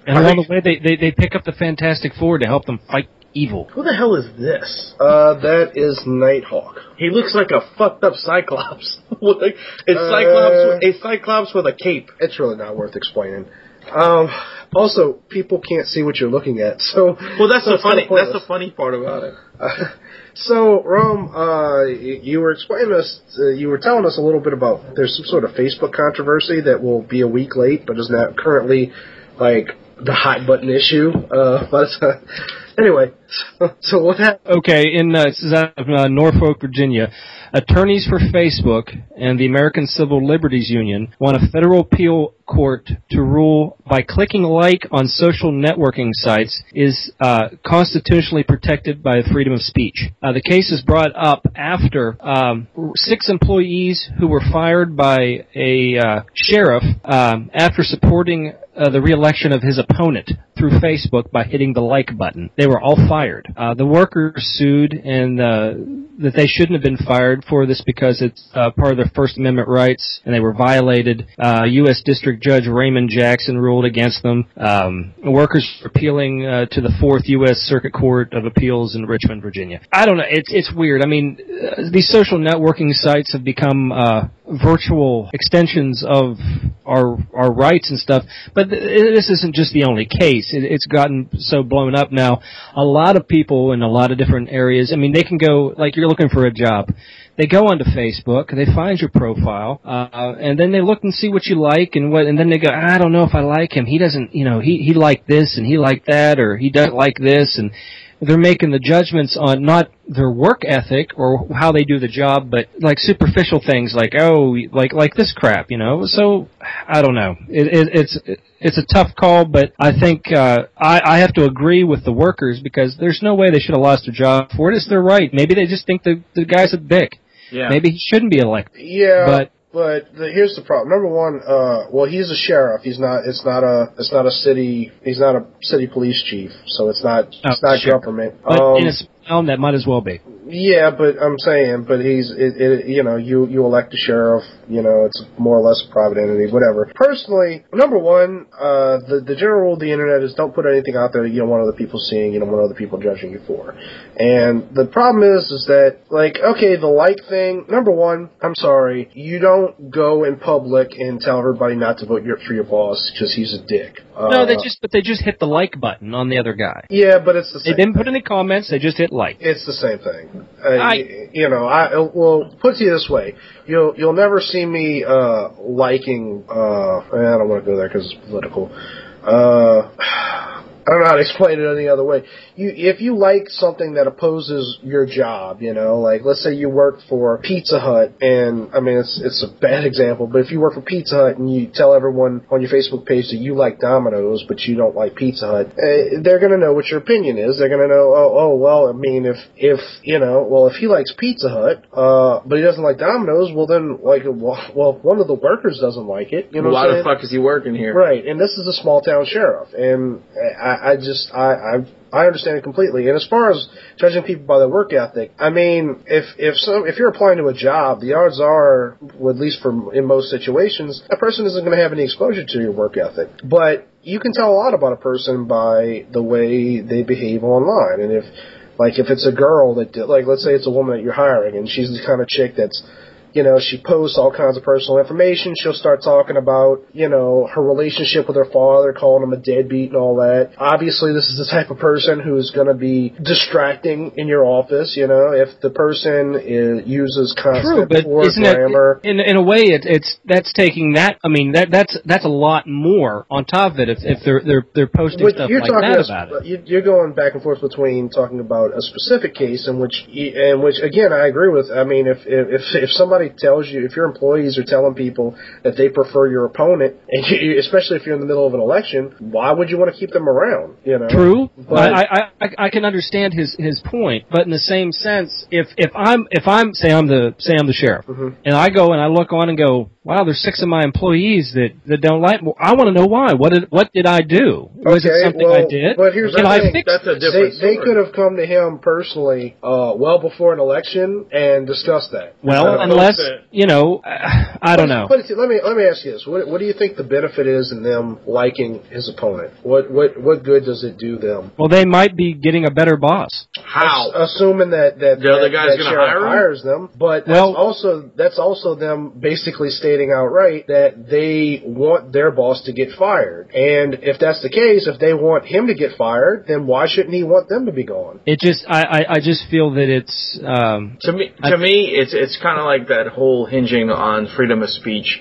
F: And along the way, they, they they pick up the Fantastic Four to help them fight evil.
D: Who the hell is this?
E: Uh, that is Nighthawk.
D: He looks like a fucked up Cyclops. With a- it's Cyclops.
E: Uh.
D: A Cyclops with a cape.
E: It's really not worth explaining. Um, also, people can't see what you're looking at, so
D: Well, that's
E: so
D: the
E: it's kinda
D: funny. That's
E: pointless.
D: the funny part about it.
E: So, Rome, uh, y- you were explaining us, uh, you were telling us a little bit about there's some sort of Facebook controversy that will be a week late, but is not currently like the hot button issue. Uh, but uh, anyway, so, so what happened?
F: Okay, in uh, this is out of uh, Norfolk, Virginia. Attorneys for Facebook and the American Civil Liberties Union want a federal appeal court to rule by clicking like on social networking sites is uh, constitutionally protected by the freedom of speech. Uh, the case is brought up after um, six employees who were fired by a uh, sheriff um, after supporting uh, the reelection of his opponent through Facebook by hitting the like button. They were all fired. Uh, the workers sued and uh, that they shouldn't have been fired for this because it's uh, part of their First Amendment rights and they were violated. Uh, U.S. District Judge Raymond Jackson ruled against them. Um, workers were appealing uh, to the Fourth U.S. Circuit Court of Appeals in Richmond, Virginia. I don't know. It's it's weird. I mean, uh, these social networking sites have become uh, virtual extensions of our our rights and stuff. But th- this isn't just the only case. It, it's gotten so blown up now. A lot of people in a lot of different areas. I mean, they can go like you're looking for a job. They go onto Facebook, they find your profile, uh, and then they look and see what you like and what, and then they go, I don't know if I like him. He doesn't, you know, he he liked this and he liked that, or he doesn't like this, and they're making the judgments on not their work ethic or how they do the job, but like superficial things like oh, like like this crap, you know. So I don't know. It, it, it's it's a tough call, but I think uh, I I have to agree with the workers because there's no way they should have lost their job for it. It's their right. Maybe they just think the the guy's a dick.
D: Yeah.
F: Maybe he shouldn't be elected.
E: Yeah,
F: But-
E: but but the, here's the problem. Number one, uh, well, he's a sheriff. He's not. It's not a. It's not a city. He's not a city police chief. So it's not. It's
F: Oh,
E: not
F: sure.
E: government.
F: But
E: um,
F: in a town that might as well be.
E: Yeah, but I'm saying, but he's, it, it, you know, you you elect a sheriff, you know, it's more or less a private entity, whatever. Personally, number one, uh, the the general rule of the internet is don't put anything out there that you don't want other people seeing, you don't want other people judging you for. And the problem is, is that like, okay, the like thing. Number one, I'm sorry, you don't go in public and tell everybody not to vote your, for your boss because he's a dick. Uh,
F: No, they just but they just hit the like button on the other guy.
E: Yeah, but it's the
F: They
E: same.
F: didn't put any comments. They just hit like.
E: It's the same thing. Uh,
F: I-
E: y- you know, I well put it to you this way: you'll you'll never see me uh, liking. Uh, eh, I don't want to go there because it's political. Uh, I don't know how to explain it any other way. You if you like something that opposes your job, you know, like let's say you work for Pizza Hut, and I mean it's it's a bad example, but if you work for Pizza Hut and you tell everyone on your Facebook page that you like Domino's but you don't like Pizza Hut, eh, they're gonna know what your opinion is. They're gonna know, oh, oh, well, I mean, if if you know, well, if he likes Pizza Hut, uh, but he doesn't like Domino's, well then, like, well, well, if one of the workers doesn't like it, you know, what
D: Why
E: I'm
D: the
E: saying?
D: fuck is he working here?
E: Right, and this is a small town sheriff, and I, I just I, I I understand it completely. And as far as judging people by their work ethic, I mean, if if so, if you're applying to a job, the odds are, well, at least for in most situations, a person isn't going to have any exposure to your work ethic, but you can tell a lot about a person by the way they behave online, and if like if it's a girl that like let's say it's a woman that you're hiring, and she's the kind of chick that's you know, she posts all kinds of personal information. She'll start talking about, you know, her relationship with her father, calling him a deadbeat and all that. Obviously, this is the type of person who's going to be distracting in your office, you know, if the person is, uses
F: True,
E: constant
F: but
E: poor
F: isn't
E: grammar.
F: it in in a way it, it's that's taking that I mean that that's that's a lot more on top of it if, if they're they're they're posting
E: What
F: stuff
E: you're
F: like
E: talking
F: that
E: is-
F: about it.
E: you- You're going back and forth between talking about a specific case in which, in which again, I agree with. I mean, if if if somebody tells you, if your employees are telling people that they prefer your opponent, and you, especially if you're in the middle of an election, why would you want to keep them around? You know,
F: True,
E: But-
F: I, I- I I can understand his his point, but in the same sense, if if I'm if I'm say I'm the say I'm the sheriff,
E: Mm-hmm.
F: and I go and I look on and go, wow, there's six of my employees that that don't like. me. I want to know why. What did what did I do? Was it
E: Okay,
F: something I
E: well,
F: did?
E: but here's
F: Can
E: the
F: I
E: thing.
F: fix?
D: That's a
E: They,
D: different.
E: they
D: story.
E: could have come to him personally uh, well before an election and discussed that.
F: well,
E: Uh,
F: unless
D: that-
F: you know, I don't know.
E: But if you- let me let me ask you this: what, what do you think the benefit is in them liking his opponent? What what what good does it do them?
F: Well, they might be getting a better boss.
D: How?
E: Ass- assuming that that
D: The other
E: that-
D: guy's
E: that
D: gonna
E: sheriff
D: hire him?
E: hires them, but
F: Well-
E: that's also that's also them basically stating outright that they want their boss to get fired. And if that's the case, if they want him to get fired, then why shouldn't he want them to be gone?
F: It just I, I, I just feel that it's um,
D: To me, to me, it's it's kind of like that whole hinging on freedom of speech.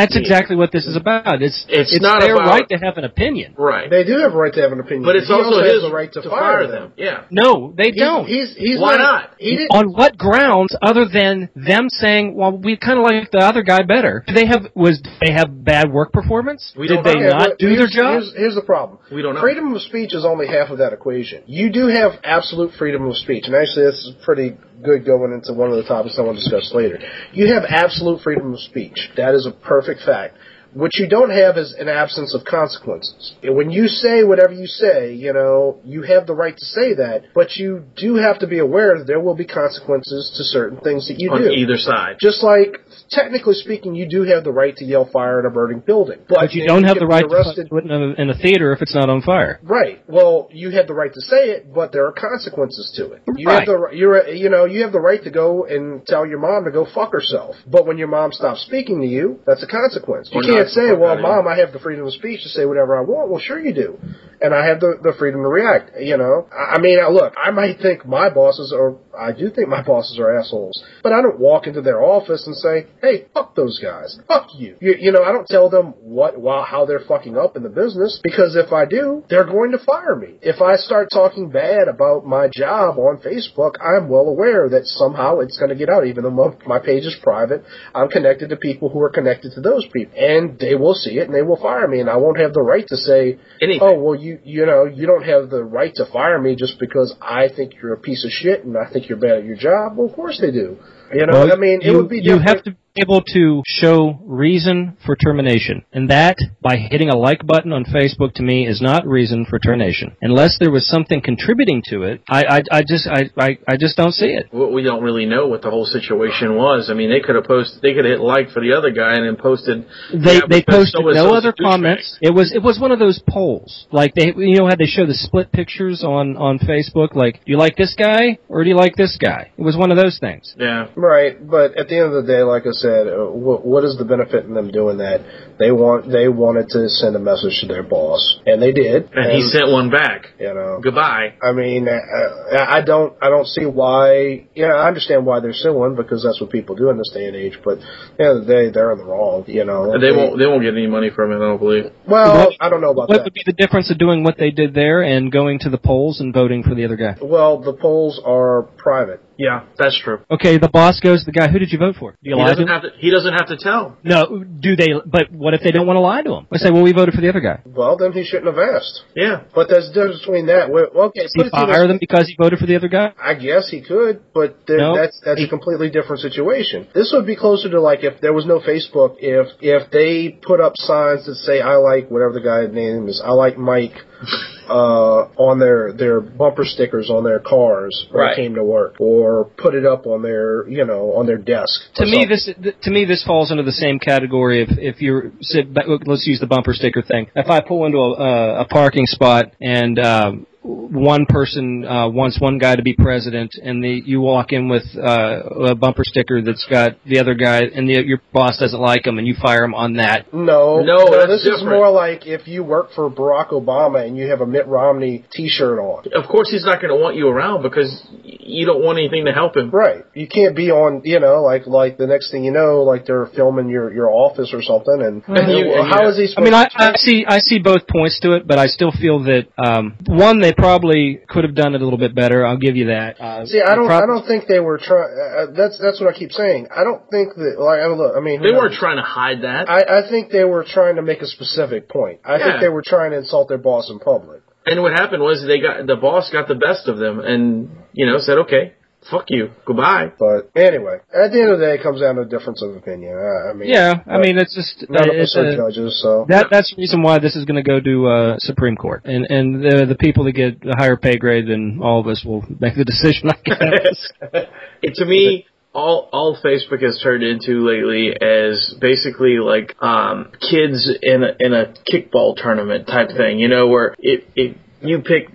F: that's exactly what this is about. It's
D: It's not
F: their
D: about-
F: right to have an opinion.
D: Right.
E: They do have a right to have an opinion,
D: But it's
E: he
D: also,
E: also
D: his
E: has the right to, fire them.
D: Yeah.
F: No, they
E: He's-
F: don't.
E: He's, he's,
D: Why not?
E: He didn't.
F: on what grounds other than them saying, "Well, we kind of like the other guy better"? Do they have was they have bad work performance?
D: We
F: Did
D: don't
F: they
D: know.
E: Okay,
F: not
E: but
F: do their
E: here's-
F: job?
E: Here's, here's the problem.
D: We don't know.
E: Freedom of speech is only half of that equation. You do have absolute freedom of speech, and actually, this is pretty good going into one of the topics I want to discuss later. You have absolute freedom of speech. That is a perfect fact. What you don't have is an absence of consequences. And When you say whatever you say, you know, you have the right to say that, but you do have to be aware that there will be consequences to certain things that you
D: On
E: do.
D: either side.
E: Just like, technically speaking, you do have the right to yell fire in a burning building, but,
F: But you don't have
E: can
F: the
E: be
F: right to
E: arrested.
F: put it in a, in a theater if it's not on fire.
E: Right. Well, you had the right to say it, but there are consequences to it. You have
F: Right.
E: the ri- you're you know you have the right to go and tell your mom to go fuck herself. But when your mom stops speaking to you, that's a consequence.
D: Or
E: you can't
D: not
E: say,
D: fuck
E: "Well,
D: her, yeah.
E: mom, I have the freedom of speech to say whatever I want." Well, sure you do, and I have the the freedom to react. You know, I I mean, I- look, I might think my bosses are, I do think my bosses are assholes, but I don't walk into their office and say, "Hey, fuck those guys, fuck you." You, you know, I don't tell them what, why, how they're fucking up in the business because if I do, they're going to fire me. If I start talking bad about my job on Facebook, I'm well aware that somehow it's going to get out. Even though my, my page is private, I'm connected to people who are connected to those people, and they will see it and they will fire me, and I won't have the right to say,
D: Anything.
E: "Oh, well, you you know, you don't have the right to fire me just because I think you're a piece of shit and I think you're bad at your job." Well, of course they do. You know, I mean,
F: you,
E: it would be
F: you
E: different.
F: have to be able to show reason for termination, and that by hitting a like button on Facebook to me is not reason for termination. Unless there was something contributing to it, I I, I just I, I I just don't see it.
D: we we don't really know what the whole situation was. I mean, they could have posted, they could have hit like for the other guy and then posted.
F: they
D: yeah,
F: they
D: because
F: posted
D: so and
F: no
D: so's a
F: other
D: douchebag.
F: comments. It was it was one of those polls. Like they you know how they show the split pictures on on Facebook like do you like this guy or do you like this guy? It was one of those things.
D: Yeah,
E: Right, but at the end of the day, like I said, uh, wh- what is the benefit in them doing that? They want they wanted to send a message to their boss, and they did.
D: and, he sent one back.
E: you know,
D: Goodbye.
E: I mean, uh, I I don't I don't see why. Yeah, I understand why they're suing because that's what people do in this day and age. But at the end of the day, they're in the wrong. You know,
D: They won't. They won't get any money from it. I don't believe.
E: Well,
F: What-
E: I don't know about
F: What
E: that.
F: would be the difference of doing what they did there and going to the polls and voting for the other guy?
E: well, the polls are private.
D: Yeah, that's true.
F: Okay, the boss goes to the guy who did you vote for? Do you
D: He
F: lie to
D: doesn't
F: him?
D: have to. He doesn't have to tell.
F: No, do they but what if they don't want to lie to him? Let's say well we voted for the other guy.
E: Well, then he shouldn't have asked.
D: Yeah,
E: But there's a difference between that. Well, okay,
F: Do
E: put it
F: you
E: to you this
F: fire them because he voted for the other guy?
E: I guess he could, but th-
F: No.
E: that's that's a completely different situation. This would be closer to like if there was no Facebook, if if they put up signs that say I like whatever the guy's name is, I like Mike, uh, on their their bumper stickers on their cars when
D: Right.
E: they came to work, or put it up on their you know on their desk.
F: to
E: or
F: me
E: something.
F: this th- to me this falls under the same category if if you're sit back, look, let's use the bumper sticker thing if i pull into a uh, a parking spot and um one person uh, wants one guy to be president, and the, you walk in with uh, a bumper sticker that's got the other guy, and the, your boss doesn't like him, and you fire him on that.
E: No,
D: No, that's
E: This is
D: different.
E: more like if you work for Barack Obama and you have a Mitt Romney T-shirt on.
D: of course he's not going to want you around because y- you don't want anything to help him.
E: Right. You can't be on, you know, like like the next thing you know, like they're filming your your office or something, and,
D: And you- and
E: how
D: you-
E: is he?
F: I
E: Supposed
F: mean, I,
E: to
F: I see I see both points to it, but I still feel that um, one they probably could have done it a little bit better. I'll give you that. Uh,
E: see? I
F: they
E: don't.
F: prob-
E: I don't think they were trying. Uh, uh, that's that's what I keep saying. I don't think that. Like, I mean, look. I mean, who
D: They weren't
E: knows?
D: trying to hide that.
E: I, I think they were trying to make a specific point. I
D: Yeah.
E: think they were trying to insult their boss in public.
D: And what happened was they got the boss got the best of them, and you know said, "Okay, fuck you, goodbye."
E: But anyway, at the end of the day, it comes down to a difference of opinion. I, I mean,
F: Yeah, I
E: but
F: mean, it's just uh,
E: none of
F: it's
E: us are
F: a-
E: judges, so
F: That that's the reason why this is going to go to uh, Supreme Court, and and the the people that get a higher pay grade than all of us will make the decision. I guess.
D: It, to me, all all Facebook has turned into lately is basically like um, kids in a, in a kickball tournament type thing, you know, where it it you pick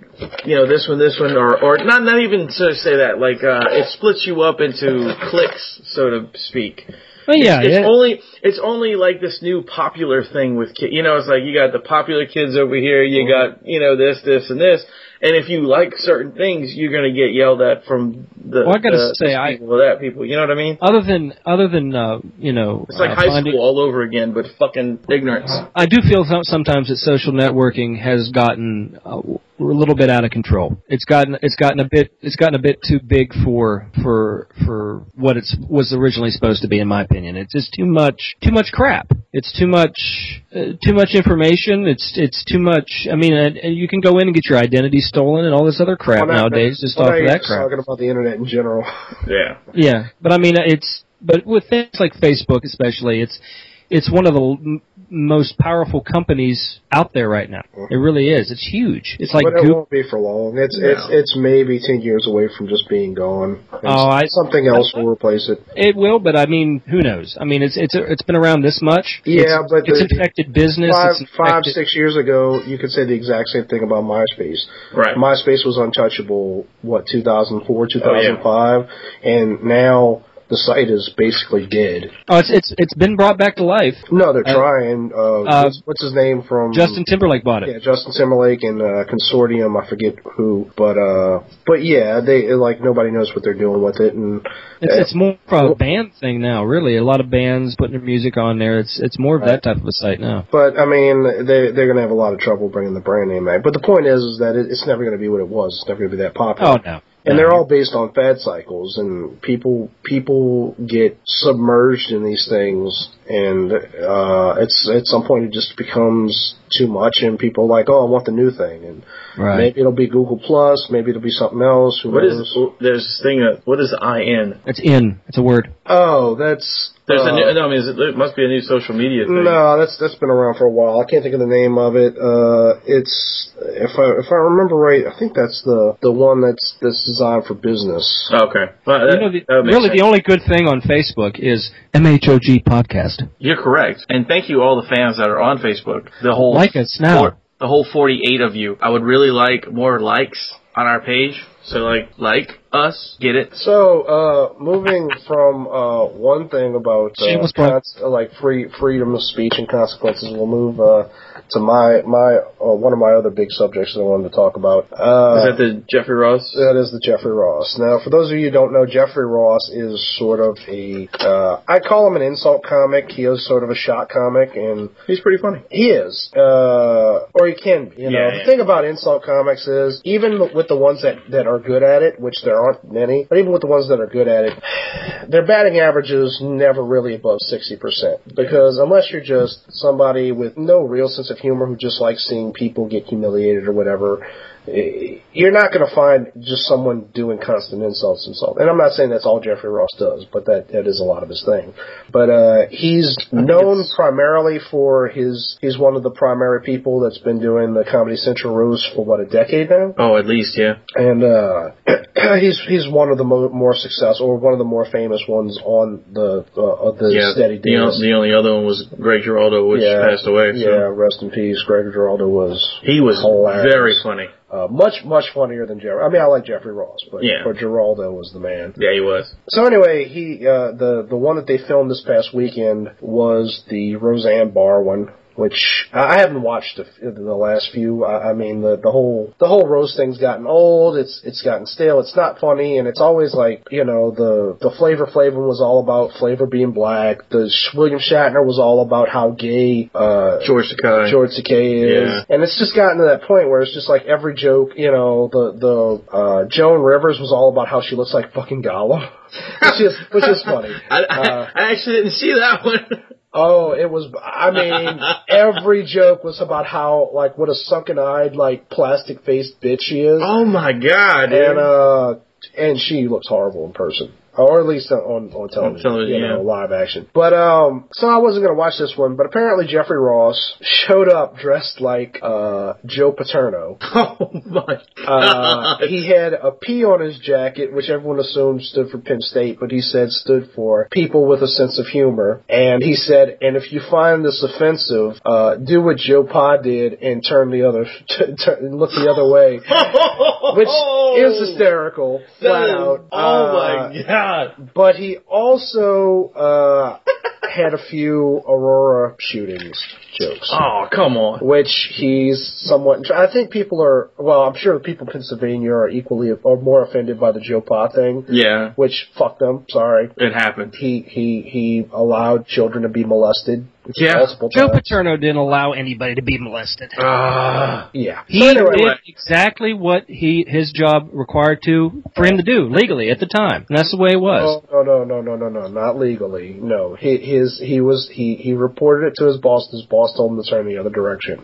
D: you know this one this one or or not not even to say that like uh, it splits you up into cliques so to speak.
F: Well, yeah,
D: it's
F: yeah.
D: only it's only like this new popular thing with kids. You know, it's like you got the popular kids over here. You
F: Mm-hmm.
D: got you know this, this, and this. And if you like certain things, you're gonna get yelled at from the.
F: Well, I gotta
D: the-
F: say,
D: this
F: I-
D: people, that people. You know what I mean?
F: other than other than uh, you know,
D: It's like
F: uh, Uh-huh.
D: high
F: finding-
D: school all over again, but fucking ignorance.
F: I do feel some, sometimes that social networking has gotten uh, a little bit out of control. It's gotten it's gotten a bit it's gotten a bit too big for for for what it's was originally supposed to be, in my opinion. It's just too much too much crap. It's too much uh, too much information. It's it's too much. I mean, and, and you can go in and get your identity stolen and all this other crap
E: Well, now-
F: nowadays just
E: well,
F: off
E: now
F: of
E: you're
F: that
E: just
F: crap.
E: talking about the internet in general.
D: Yeah.
F: Yeah, but I mean, it's but with things like Facebook, especially, it's it's one of the l- m- most powerful companies out there right now. It really is. It's huge. It's like
E: Mm-hmm. but it
F: Google.
E: won't be for long. It's it's it's maybe ten years away from just being gone. And
F: Oh, I-
E: something else will replace it.
F: It will, but I mean, who knows? I mean, it's it's it's been around this much.
E: Yeah,
F: It's-
E: but
F: it's
E: the-
F: infected business.
E: Five,
F: it's infected,
E: five, six years ago, you could say the exact same thing about MySpace.
D: Right.
E: MySpace was untouchable. What 2004, 2005,
D: Oh,
E: and now the site is basically dead.
F: Oh, it's it's it's been brought back to life.
E: No, they're
F: Uh,
E: trying. Uh,
F: uh,
E: what's, what's his name from
F: Justin Timberlake bought it.
E: Yeah, Justin Timberlake and uh, consortium. I forget who, but uh, but yeah, they like nobody knows what they're doing with it, and
F: It's,
E: uh,
F: it's more of a band thing now, really. A lot of bands putting their music on there. It's it's more of that type of a site now.
E: But I mean, they they're gonna have a lot of trouble bringing the brand name back. But the point is, is that it, it's never gonna be what it was. It's never gonna be that popular.
F: Oh no.
E: And they're all based on fad cycles, and people people get submerged in these things, and uh, it's at some point it just becomes too much, and people are like, oh, I want the new thing, and
F: right.
E: maybe it'll be Google Plus, maybe it'll be something else. Who
D: What
E: knows?
D: is there's this thing? uh, What is IN?
F: It's in. It's a word.
E: Oh, that's
D: There's
E: uh,
D: a
F: Uh-huh.
D: new. No, I mean, is it, it must be a new social media thing.
E: No, that's that's been around for a while. I can't think of the name of it. Uh, it's if I if I remember right, I think that's the the one that's that's designed for business.
D: Okay. Well, that,
F: You know, the,
D: that makes
F: really,
D: sense.
F: the only good thing on Facebook is MHOG podcast.
D: You're correct. And thank you all the fans that are on Facebook. The whole
F: Like us now.
D: four- the whole 48 of you. I would really like more likes on our page. So like like us, get it?
E: So, uh, moving from uh, one thing about uh,
F: Shameless plug.
E: cons- uh, like free freedom of speech and consequences, we'll move uh, to my my uh, one of my other big subjects that I wanted to talk about. Uh,
D: Is that the Jeffrey Ross?
E: That is the Jeffrey Ross. Now, for those of you who don't know, Jeffrey Ross is sort of a, uh, I call him an insult comic. He is sort of a shock comic, and
D: He's pretty funny.
E: he is, uh, or he can be. You know,
D: Yeah,
E: the
D: yeah.
E: thing about insult comics is even with the ones that that are good at it, which there aren't many, but even with the ones that are good at it, their batting average is never really above sixty percent because unless you're just somebody with no real sense of humor who just likes seeing people get humiliated or whatever. eh, You're not going to find just someone doing constant insults and so. And I'm not saying that's all Jeffrey Ross does, but that that is a lot of his thing. But uh, he's known primarily for his. He's one of the primary people that's been doing the Comedy Central roast for what a decade now
D: Oh, at least, yeah.
E: and uh, he's he's one of the mo- more successful or one of the more famous ones on the uh, of the
D: Yeah.
E: steady
D: the, on-
E: dance.
D: the only other one was Greg Giraldo, which
E: Yeah.
D: passed away. So.
E: Yeah, rest in peace. Greg Giraldo was
D: He was
E: Hilarious.
D: very funny.
E: uh, much much funnier than Jeffrey. I mean, I like Jeffrey Ross, but
D: Yeah.
E: but Giraldo was the man.
D: Yeah, he was.
E: So anyway, he uh, the the one that they filmed this past weekend was the Roseanne Barr one, which I I haven't watched the, the last few. I, I mean, the the whole the whole roast thing's gotten old. It's it's gotten stale. It's not funny, and it's always like you know the the Flavor Flav one was all about Flavor being black. The Sh- William Shatner was all about how gay uh,
D: George Sakai.
E: George Takei is.
D: Yeah.
E: And it's just gotten to that point where it's just like every joke, you know, the the uh, Joan Rivers was all about how she looks like fucking Gollum, which is which is funny.
D: I, I,
E: Uh,
D: I actually didn't see that one.
E: oh, it was. I mean, every joke was about how like what a sunken-eyed, like plastic-faced bitch she is,
D: oh my god, dude.
E: and uh, and she looks horrible in person. Or at least on on television,
D: television,
E: you know,
D: yeah.
E: live action. But um, so I wasn't gonna watch this one, but apparently Jeffrey Ross showed up dressed like uh Joe Paterno.
D: oh my
E: Uh,
D: god.
E: he had a P on his jacket, which everyone assumed stood for Penn State, but he said stood for people with a sense of humor. And he said, and if you find this offensive, uh, do what Joe Pa did and turn the other, t- turn, look the other way, which is hysterical, flat out.
D: Oh
E: Uh,
D: my god.
E: but he also uh had a few Aurora shootings jokes.
D: Oh, come on.
E: Which he's somewhat. I think people are. Well, I'm sure people in Pennsylvania are equally or more offended by the Joe Pa thing.
D: Yeah,
E: Which fuck them. Sorry.
D: it happened.
E: He he he allowed children to be molested.
D: Yeah.
E: Multiple
F: Joe
E: times.
F: Paterno didn't allow anybody to be molested.
E: Uh,
D: Ah,
E: Yeah.
F: He
E: So anyway,
F: did exactly what he his job required to for him to do legally at the time, and that's the way it was.
E: No, no, Oh, no, no, no, no, no, not legally. No, he, his he was he he reported it to his boss. His boss told him to turn the other direction.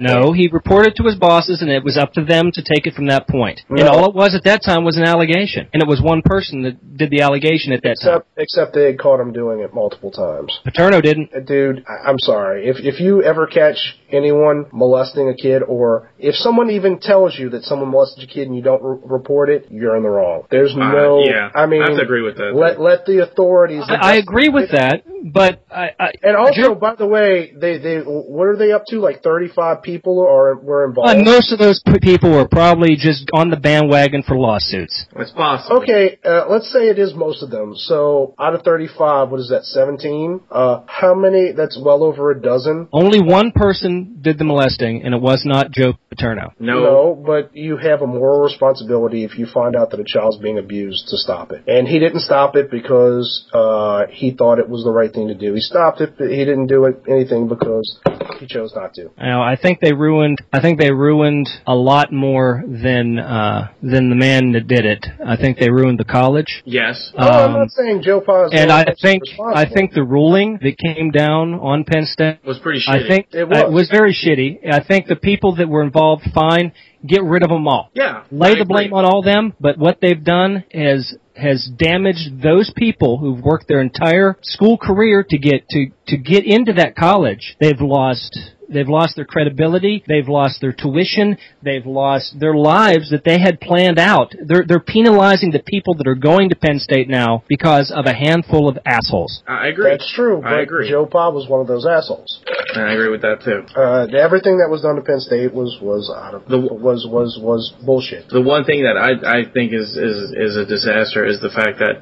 F: No, he reported to his bosses, and it was up to them to take it from that point. And
E: No.
F: all it was at that time was an allegation, and it was one person that did the allegation at that time.
E: Except except they had caught him doing it multiple times.
F: Paterno didn't.
E: Uh, Dude, I- I'm sorry. If if you ever catch anyone molesting a kid, or if someone even tells you that someone molested your kid and you don't re- report it, you're in the wrong. There's
D: Uh,
E: no.
D: yeah.
E: I mean,
D: I have to agree with that.
E: Let let the authorities.
F: I, I agree with that, but I, I
E: And also,
F: Joe-
E: by the way, they they what are they up to? Like 35 people are were involved.
F: and most of those p- people were probably just on the bandwagon for lawsuits.
D: it's possible.
E: Okay, uh, let's say it is most of them. So out of 35, what is that, 17? Uh, how many? That's well over a dozen.
F: Only one person did the molesting, and it was not Joe Paterno.
D: No.
E: but you have a moral responsibility if you find out that a child's being abused to stop it. And he didn't stop it because uh, he thought it was the right thing to do. He stopped it, but he didn't do it, anything because he chose not to.
F: You know, I think they ruined. I think they ruined a lot more than uh, than the man that did it. I think they ruined the college.
D: Yes.
E: No, I'm
F: Um,
E: not saying Joe Paz.
F: and I think I think the ruling that came down on Penn State.
D: was pretty shitty.
F: I think uh,
E: It
F: it
E: was.
F: was. very shitty. I think the people that were involved, fine, get rid of them all.
D: Yeah.
F: Lay
D: I
F: the blame
D: agree.
F: on all them, but what they've done is has damaged those people who've worked their entire school career to get to to get into that college. They've lost they've lost their credibility, they've lost their tuition, they've lost their lives that they had planned out. They're they're penalizing the people that are going to Penn State now because of a handful of assholes.
D: I agree.
E: that's true. But
D: I agree.
E: Joe Paz was one of those assholes.
D: And I agree with that too.
E: Uh, everything that was done to Penn State was was out of
D: The-
E: was was was bullshit.
D: The one thing that I I think is is is a disaster is the fact that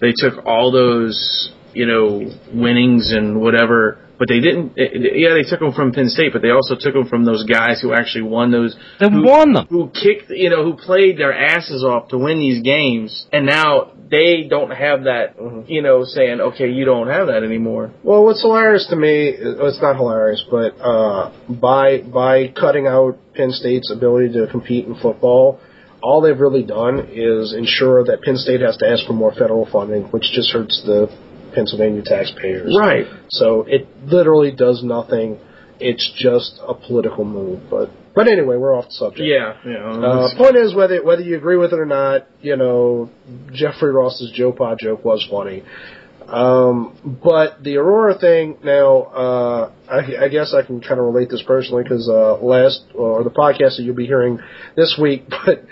D: they took all those you know winnings and whatever. But they didn't. it- it- Yeah, they took them from Penn State, but they also took them from those guys who actually won those,
F: They
D: Who-
F: won them.
D: who kicked, you know, who played their asses off to win these games, and now they don't have that, you know, saying, okay, you don't have that anymore.
E: Well, what's hilarious to me, well, it's not hilarious, but uh, by by cutting out Penn State's ability to compete in football, all they've really done is ensure that Penn State has to ask for more federal funding, which just hurts the Pennsylvania taxpayers.
D: Right.
E: So it literally does nothing. It's just a political move. But but anyway, we're off the subject.
D: Yeah. Yeah.
E: Uh, point is whether whether you agree with it or not, you know, Jeffrey Ross's Joe Pod joke was funny. Um, but the Aurora thing now, uh, I, I guess I can kind of relate this personally because uh, last or the podcast that you'll be hearing this week, but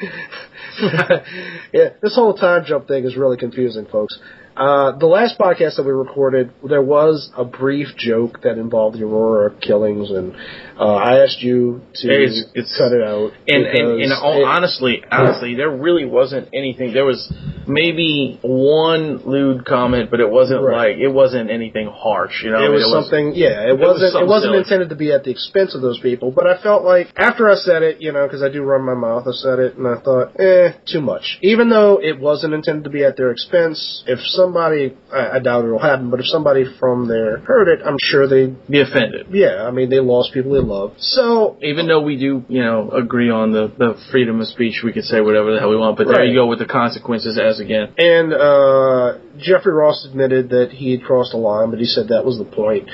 E: yeah, this whole time jump thing is really confusing, folks. Uh, the last podcast that we recorded, there was a brief joke that involved the Aurora killings, and uh, I asked you to
D: It's- it's-
E: cut it out.
D: and, and, and
E: because
D: all,
E: it-
D: honestly, honestly, there really wasn't anything. There was maybe one lewd comment, but it wasn't
E: Right.
D: like it wasn't anything harsh. You know, I
E: it
D: mean,
E: was something. Yeah, it,
D: was
E: wasn't. it
D: something
E: wasn't
D: silly.
E: intended to be at the expense of those people. But I felt like after I said it, you know, because I do run my mouth, I said it, and I thought, eh, too much. Even though it wasn't intended to be at their expense, if somebody, I, I doubt it'll happen, but if somebody from there heard it, I'm sure they.
D: Be offended,
E: Yeah, I mean, they lost people they loved. So
D: even though we do, you know, agree on the the freedom of speech. We could say whatever the hell we want, but there
E: Right.
D: you go with the consequences as again.
E: And uh, Jeffrey Ross admitted that he had crossed a line, but he said that was the point.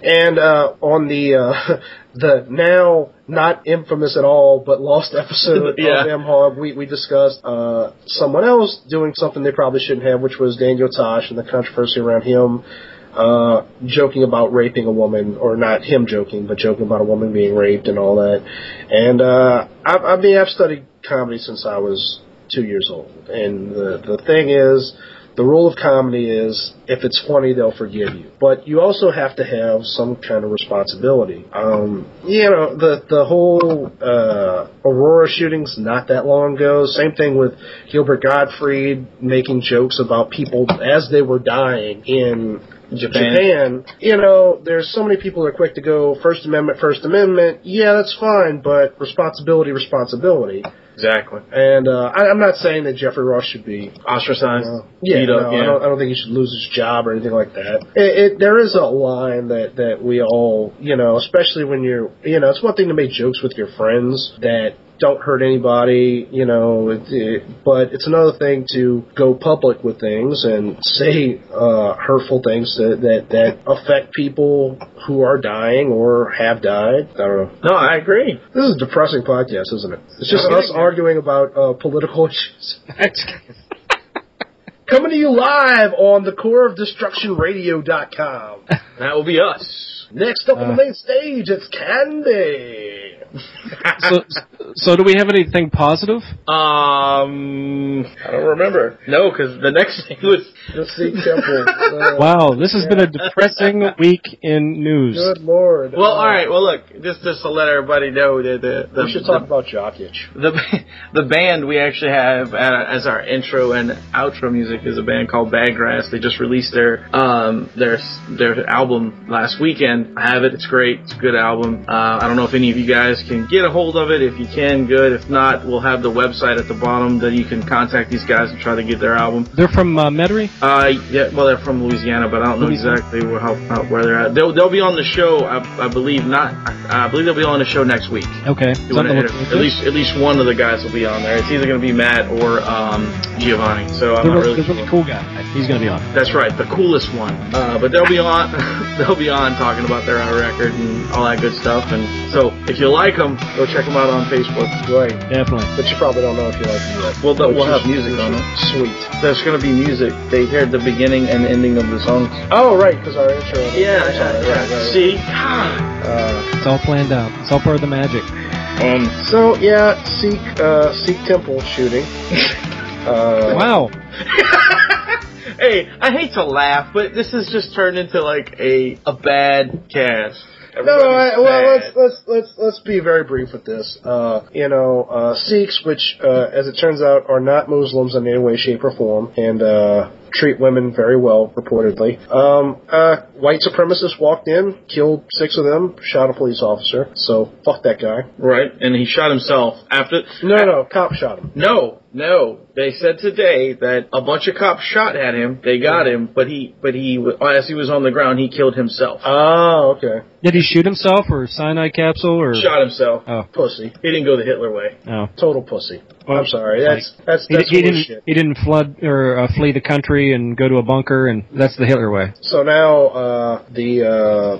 E: And uh, on the uh, the now not infamous at all, but lost episode
D: Yeah.
E: of M Hog, we, we discussed uh, someone else doing something they probably shouldn't have, which was Daniel Tosh and the controversy around him uh, joking about raping a woman, or not him joking, but joking about a woman being raped and all that. And uh, I, I mean, I've studied comedy since I was two years old, and the the thing is, the rule of comedy is if it's funny, they'll forgive you. But you also have to have some kind of responsibility. Um, you know, the the whole uh, Aurora shootings not that long ago. Same thing with Gilbert Gottfried making jokes about people as they were dying in
D: Japan.
E: Japan, you know, there's so many people that are quick to go First Amendment, First Amendment. Yeah, that's fine, but responsibility, responsibility.
D: Exactly.
E: And uh, I, I'm not saying that Jeffrey Ross should be
D: Ostracized.
E: Uh, yeah,
D: beat up.
E: no, I,
D: yeah.
E: don't, I don't think he should lose his job or anything like that. It, it, there is a line that, that we all, you know, especially when you're, you know, it's one thing to make jokes with your friends that don't hurt anybody, you know, it, it, but it's another thing to go public with things and say uh, hurtful things that, that, that affect people who are dying or have died. I don't know.
D: no, I agree.
E: This is a depressing podcast, isn't it? It's just
D: No, I
E: us
D: think-
E: arguing about uh, political issues. Coming to you live on the core of destructionradio.com.
D: That will be us.
E: Next up on the
D: Uh.
E: main stage, it's Candy.
F: So, so do we have anything positive?
D: Um, I don't remember. No, because the next thing was
E: The Sikh temple. Uh,
F: Wow, this has been a depressing week in news.
E: Good lord.
D: well.
E: Uh,
D: All right. Well, look, just just to let everybody know that the the
E: We should
D: the-
E: talk about Jokic.
D: the the band we actually have uh, as our intro and outro music is a band called Badgrass. They just released their um their their album last weekend. I have it. It's great. It's a good album. Uh, I don't know if any of you guys can get a hold of it. If you can, good. If not, we'll have the website at the bottom that you can contact these guys and try to get their album.
F: They're from uh, Metairie.
D: Uh, yeah, well, they're from Louisiana, but I don't know exactly where, how, how, where they're at. They'll, they'll be on the show, I, I believe. Not, I, I believe they'll be on the show next week.
F: Okay.
D: You wanna enter- at least at least one of the guys will be on there. It's either going to be Matt or um, Giovanni. So I'm
F: the
D: not
F: really,
D: really
F: the
D: sure.
F: really cool guy. He's gonna be on.
D: That's right, the coolest one. Uh, but they'll be on, they'll be on talking about their uh, record and all that good stuff. And so if you like them, go check them out on Facebook.
E: Right.
F: Definitely.
E: But you probably don't know if you like him yet.
D: Well, that
E: Which
D: we'll
E: is-
D: have music on it.
E: Sweet.
D: There's going to be music. They hear the beginning and ending of the songs.
E: Oh, right, because our intro.
D: Yeah,
E: Sorry,
D: yeah,
E: right,
D: yeah.
E: right.
D: See, God.
E: Uh,
F: It's all planned out. It's all part of the magic.
D: Um,
E: so, yeah, Sikh, uh, Sikh temple shooting. Uh,
F: Wow.
D: hey, I hate to laugh, but this has just turned into like a a bad cast.
E: No,
D: Everybody's
E: I, well,
D: sad.
E: let's let's let's let's be very brief with this. Uh, you know, uh, Sikhs, which uh, as it turns out are not Muslims in any way, shape, or form, and uh, treat women very well, reportedly. Um, uh, white supremacists walked in, killed six of them, shot a police officer. So fuck that guy.
D: Right, and he shot himself after.
E: No, no, cop shot him.
D: No, no. They said today that a bunch of cops shot at him. They got him, but he, but he, as he was on the ground, he killed himself. Uh,
E: Oh, okay,
F: Did he shoot himself or cyanide capsule or?
D: Shot himself.
E: pussy,
D: He didn't go the Hitler way.
F: No.
E: total pussy. I'm sorry, that's that's
F: He,
E: that's
F: he
E: worse
F: didn't.
E: shit.
F: He didn't flood or uh, flee the country and go to a bunker, and that's the Hitler way.
E: So now uh, the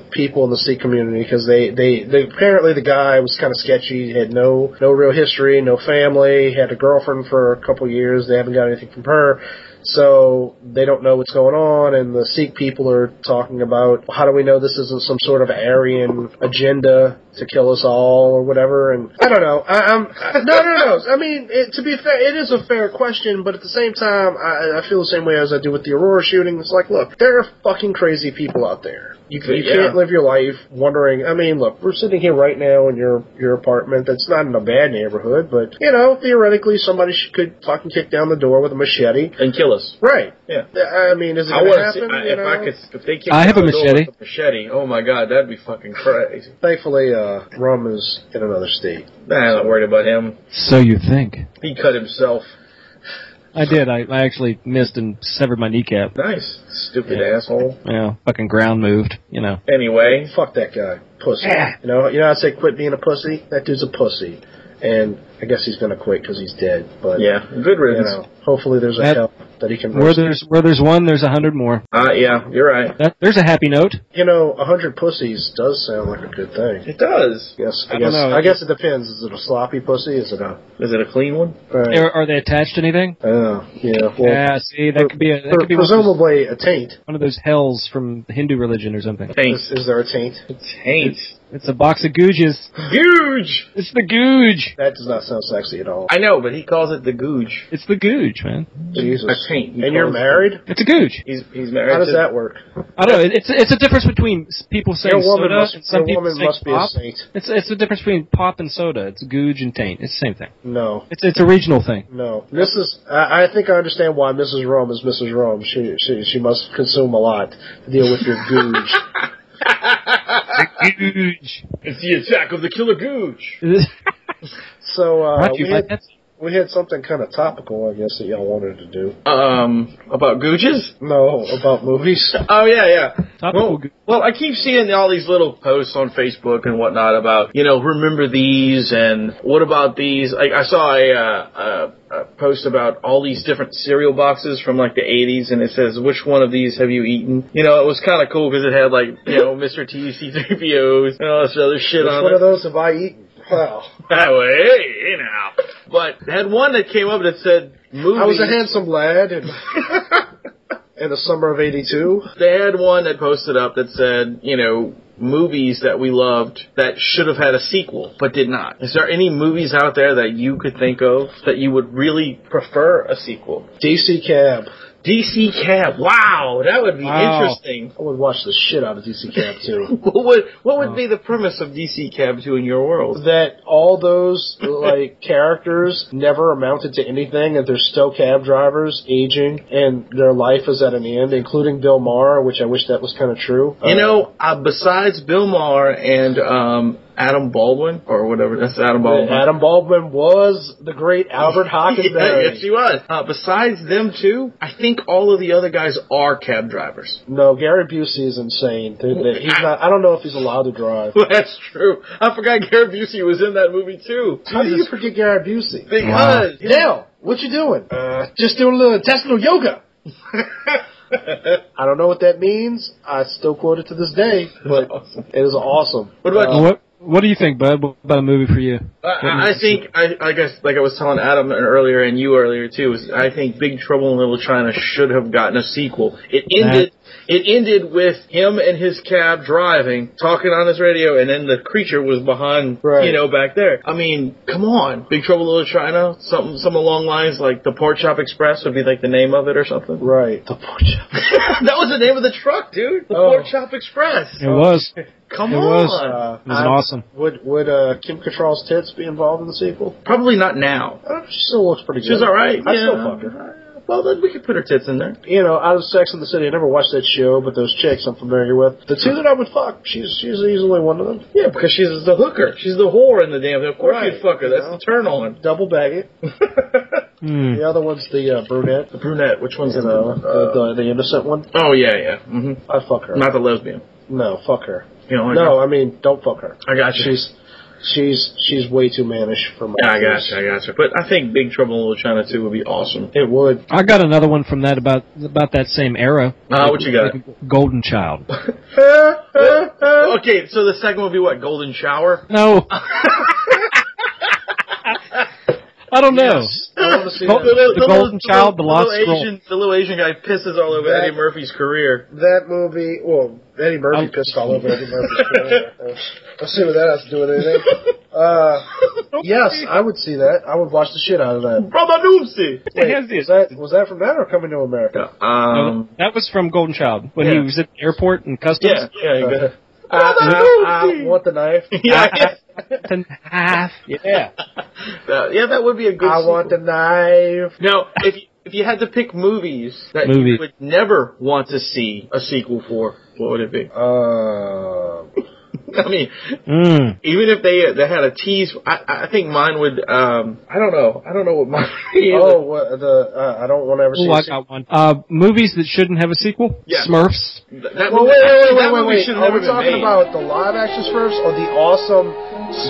E: uh, people in the Sikh community, because they, they, they apparently the guy was kind of sketchy, had no no real history, no family, had a girlfriend for a couple years. They haven't got anything from her, so they don't know what's going on. And the Sikh people are talking about how do we know this isn't some sort of Aryan agenda to kill us all or whatever. And I don't know. I, I'm I, no no no. I mean, it, to be fair, it is a fair question, but at the same time, I, I feel the same way as I do with the Aurora shooting. It's like, look, there are fucking crazy people out there. You, can, you
D: Yeah.
E: can't live your life wondering. I mean, look, we're sitting here right now in your your apartment. That's not in a bad neighborhood, but you know, theoretically, somebody sh- could fucking kick down the door with a machete.
D: And kill us.
E: Right.
D: Yeah.
E: I mean, is it
D: I
E: going to
D: want to see
E: happen?
D: I,
E: you
D: if I
E: know?
D: could. If they kicked
F: I have
D: out
F: a
D: the door
F: machete.
D: with a machete. Oh my god, that'd be fucking crazy.
E: Thankfully, uh, Rum is in another state.
D: Nah, I'm not worried about him.
F: So you think?
D: He cut himself.
F: I did. I, I actually missed and severed my kneecap.
D: Nice, stupid asshole.
F: Yeah, fucking ground moved. You know.
D: Anyway,
E: Fuck that guy, pussy. You know, you know, how I say quit being a pussy. That dude's a pussy, and I guess he's going to quit because he's dead. But
D: yeah, good
E: you
D: riddance.
E: know, hopefully there's a
F: That-
E: hell that he can.
F: Where
E: roast.
F: there's where there's one, there's a hundred more.
D: Uh, yeah, you're right.
F: That, there's a happy note.
E: You know, a hundred pussies does sound like a good thing.
D: It does.
E: Yes, I,
F: I don't
E: guess.
F: know.
E: I guess it depends. Is it a sloppy pussy? Is it a?
D: Is it a clean one?
E: Right.
F: Are, are they attached to anything?
E: Uh, yeah. Well,
F: yeah. See, that could be a, that
E: pre-
F: could be one of, those,
E: presumably a taint.
F: one of those hells from Hindu religion or something.
D: Thanks.
E: Is, is there a taint?
D: Taint.
G: It's a box of googes.
D: Huge.
G: It's the googe.
E: That does not sound sexy at all.
D: I know, but he calls it the googe.
G: It's the googe, man.
E: Jesus.
D: I paint.
E: And you're married?
G: It's a googe.
D: He's he's married.
E: How does
D: to-
E: that work?
G: I don't know. It's it's a difference between s- people saying
E: Your woman
G: soda
E: must,
G: and some people
E: your woman
G: saying
E: must be a
G: pop.
E: saint.
G: It's it's the difference between pop and soda. It's googe and taint. It's the same thing.
E: No.
G: It's it's a regional thing.
E: No, Mrs. I, I think I understand why Mrs. Rome is Mrs. Rome. She she she must consume a lot to deal with your googe.
G: Googe.
D: It's the attack of the killer googe.
E: So uh,
G: Brought to
E: we
G: you by
E: had
G: Pepsi.
E: we had something kind of topical, I guess, that y'all wanted to do.
D: Um, about googes.
E: No, about movies.
D: Oh yeah, yeah.
G: Topical
D: Well,
G: googe.
D: well, I keep seeing all these little posts on Facebook and whatnot about you know remember these and what about these. Like I saw a, uh, a, a post about all these different cereal boxes from like the 80s and it says which one of these have you eaten. You know it was kind of cool because it had like you know Mr. T, C3POs and all this other shit
E: Which
D: on
E: one
D: it.
E: of those have I eaten? Wow,
D: That way, hey, hey now. But they had one that came up that said movies.
E: I was a handsome lad in, in the summer of '82.
D: they had one that posted up that said, you know, movies that we loved that should have had a sequel but did not. Is there any movies out there that you could think of that you would really prefer a sequel?
E: DC Cab.
D: DC Cab. Wow, that would be
G: Wow. Uh,
D: interesting.
E: I would watch the shit out of DC Cab too.
D: What would what
E: Oh.
D: would be the premise of DC Cab 2 in your world?
E: that all those like characters never amounted to anything and they're still cab drivers aging and their life is at an end including bill maher which i wish that was kind of true
D: You know, uh, besides Bill Maher and um, Adam Baldwin or whatever, that's Adam
E: Uh,
D: Baldwin.
E: adam baldwin was the great albert
D: Yeah,
E: hockenberry
D: yes, he was. Uh, besides them two, I think all of the other guys are cab drivers.
E: no gary busey is insane Th- th- he's not i don't know if he's allowed to drive
D: Well, that's true. I forgot Gary Busey was in that movie too.
E: how do you forget gary busey
D: Because
E: dale what you doing uh, just doing a little intestinal yoga I don't know what that means. I still quote it to this day, but it is awesome.
D: What about
E: Uh,
G: What what do you think, Bud? What about a movie for you?
D: I, I think I, I guess like I was telling Adam earlier and you earlier too is I think Big Trouble in Little China should have gotten a sequel. It ended it ended with him and his cab driving, talking on his radio, and then the creature was behind you
E: Right.
D: know back there. I mean, come on, Big Trouble in Little China, something some along lines like the Pork Chop Express would be like the name of it or something.
E: Right.
D: that was the name of the truck, dude. The
E: Oh.
D: Pork Chop Express.
G: It was. It
D: Come
G: It
D: on.
G: was,
E: Uh,
G: was
E: I-
G: awesome.
E: Would would uh, Kim Cattrall's tits be involved in the sequel?
D: Probably not now.
E: I don't know, she still looks pretty good.
D: She's all right.
E: I
D: yeah.
E: still fuck her.
D: Well, then we could put her tits in there.
E: You know, out of Sex in the City, I never watched that show, but those chicks I'm familiar with, the two that I would fuck, she's she's easily one of them.
D: Yeah, because she's the hooker. She's the whore in the damn thing. Of course
E: Right,
D: you'd fuck her.
E: you
D: That's the
E: know.
D: turn on.
E: Double bag it. The other one's the uh, brunette,
D: The brunette. Which one's
E: you
D: the,
E: know,
D: uh,
E: the, the the innocent one.
D: Oh, yeah, yeah. hmm
E: I fuck her.
D: Not Oh the lesbian.
E: no, fuck her.
D: You know, I
E: No, I mean don't fuck her.
D: got, I got you.
E: She's she's she's way too mannish for my.
D: yeah, I got
E: taste.
D: you. I got you. But I think Big Trouble in Little China 2 would be awesome.
E: It would.
G: I got another one from that about about that same era.
D: Uh, what you got?
G: Golden Child.
D: okay, so the second would be what? Golden Shower?
G: No. I don't know.
E: I want to see
D: Oh,
G: Don't-
E: that.
G: The Golden Child, The Lost
D: little
G: Scroll.
D: Asian, the little Asian guy pisses all over
E: That-
D: Eddie Murphy's career.
E: that movie. Well, Eddie Murphy
G: I'm-
E: pissed all over Eddie Murphy's career. Let's see what that has to do with anything. Uh, yes, I would see that. I would watch the shit out of that.
D: Brother Noomsy.
G: has
E: Was
F: Um,
E: that was that from that or coming to America?
D: Um,
G: that was from Golden Child when
D: Yeah.
G: he was at the airport and customs.
D: yeah, yeah, you got it.
E: I, I, I want the knife.
D: yeah,
G: Yeah.
D: that- uh, yeah, that would be a good.
E: I
D: sequel.
E: want the knife.
D: Now, if you, if you had to pick movies that you
G: Movie.
D: would never want to see a sequel for, what would it be?
E: Uh,
D: I mean,
G: Mm.
D: even if they they had a tease, I, I think mine would. Um, I don't know. I don't know what mine. Would be.
E: oh, what, the uh, I don't want to ever see.
G: Ooh,
E: a
G: I
E: sequel.
G: got one. Uh, movies that shouldn't have a sequel.
D: Yeah.
G: Smurfs.
D: that
E: Well,
D: movie,
E: wait, wait,
D: that
E: wait, wait,
D: movie
E: wait.
D: should have
E: Are
D: never
E: we
D: been
E: talking
D: made.
E: about the live action Smurfs or the awesome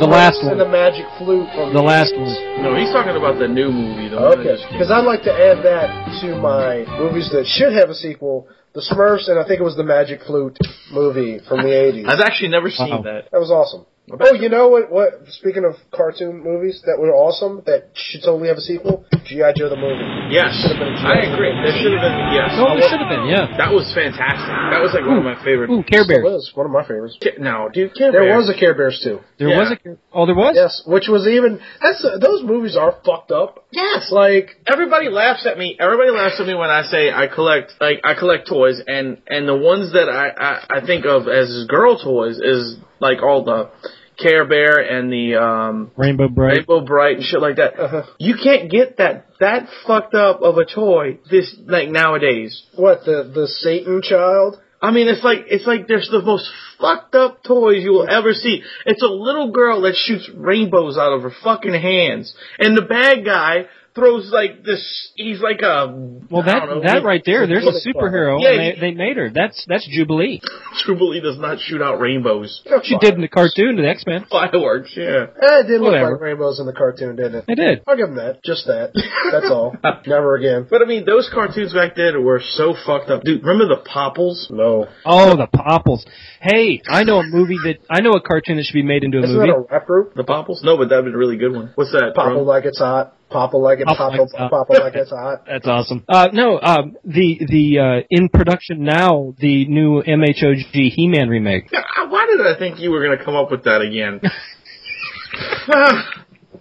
G: The last
E: Smurfs
G: one.
E: and the magic flute? From
D: Mm.
G: The last one.
D: No, he's talking about the new movie. The one that
E: Okay,
D: just came
E: because I'd like to add that to my movies that should have a sequel. The Smurfs, and I think it was the Magic Flute movie from the 80s.
D: I've actually never seen
G: Wow.
D: that.
E: That was awesome. Oh, you know what? What? Speaking of cartoon movies that were awesome, that should totally have a sequel. GI Joe the movie.
D: Yes,
E: Should've been-
D: I agree. There should have been yes.
F: Oh, it should have been, yeah.
D: That was fantastic. That was like one of my favorite.
F: Ooh,
E: It
F: Care Bears.
E: was one of my favorites.
D: Ca- No, dude, Care
E: There
D: Bear.
E: was a Care Bears too.
F: There
D: Yeah.
F: was a Care. Oh, there was.
E: Yes, which was even that's those movies are fucked up.
D: yes. Like,
E: Like
D: everybody laughs at me. Everybody laughs at me when I say I collect like I collect toys, and and the ones that I I, I think of as girl toys is like all the Care Bear and the um
F: Rainbow Bright.
D: Rainbow Bright and shit like that.
E: Uh-huh.
D: You can't get that that fucked up of a toy this like nowadays.
E: what the the Satan child?
D: I mean, it's like it's like there's the most fucked up toys you will ever see. It's a little girl that shoots rainbows out of her fucking hands, and the bad guy throws like this. He's like a
F: Well,
D: I
F: that
D: don't know,
F: that right there, there's
E: What is
F: a
E: that?
F: superhero.
D: Yeah,
F: and
D: you-
F: they, they made her. That's that's Jubilee.
D: Jubilee does not shoot out rainbows.
F: She did in the cartoon, the X Men.
D: Fireworks, yeah.
E: Eh, it didn't
F: Whatever.
E: look like rainbows in the cartoon, did it?
F: They did.
E: I'll give them that. Just that. That's all. Never again.
D: But I mean, those cartoons back then were so fucked up, dude. Remember the Popples?
E: No.
F: Oh, the Popples. Hey, I know a movie that I know a cartoon that should be made into a
E: Isn't
F: movie.
E: that a rap group?
D: The Popples? No, but that'd been a really good one. What's that? bro?
E: Popple like it's hot. Popple like it.
F: Popple
E: Popple.
F: like it's hot.
E: Popple like it's hot.
F: That's awesome. Uh, no, um, the the uh, in production now the new MHOG He Man remake.
D: Ah, Why did I think you were gonna come up with that again?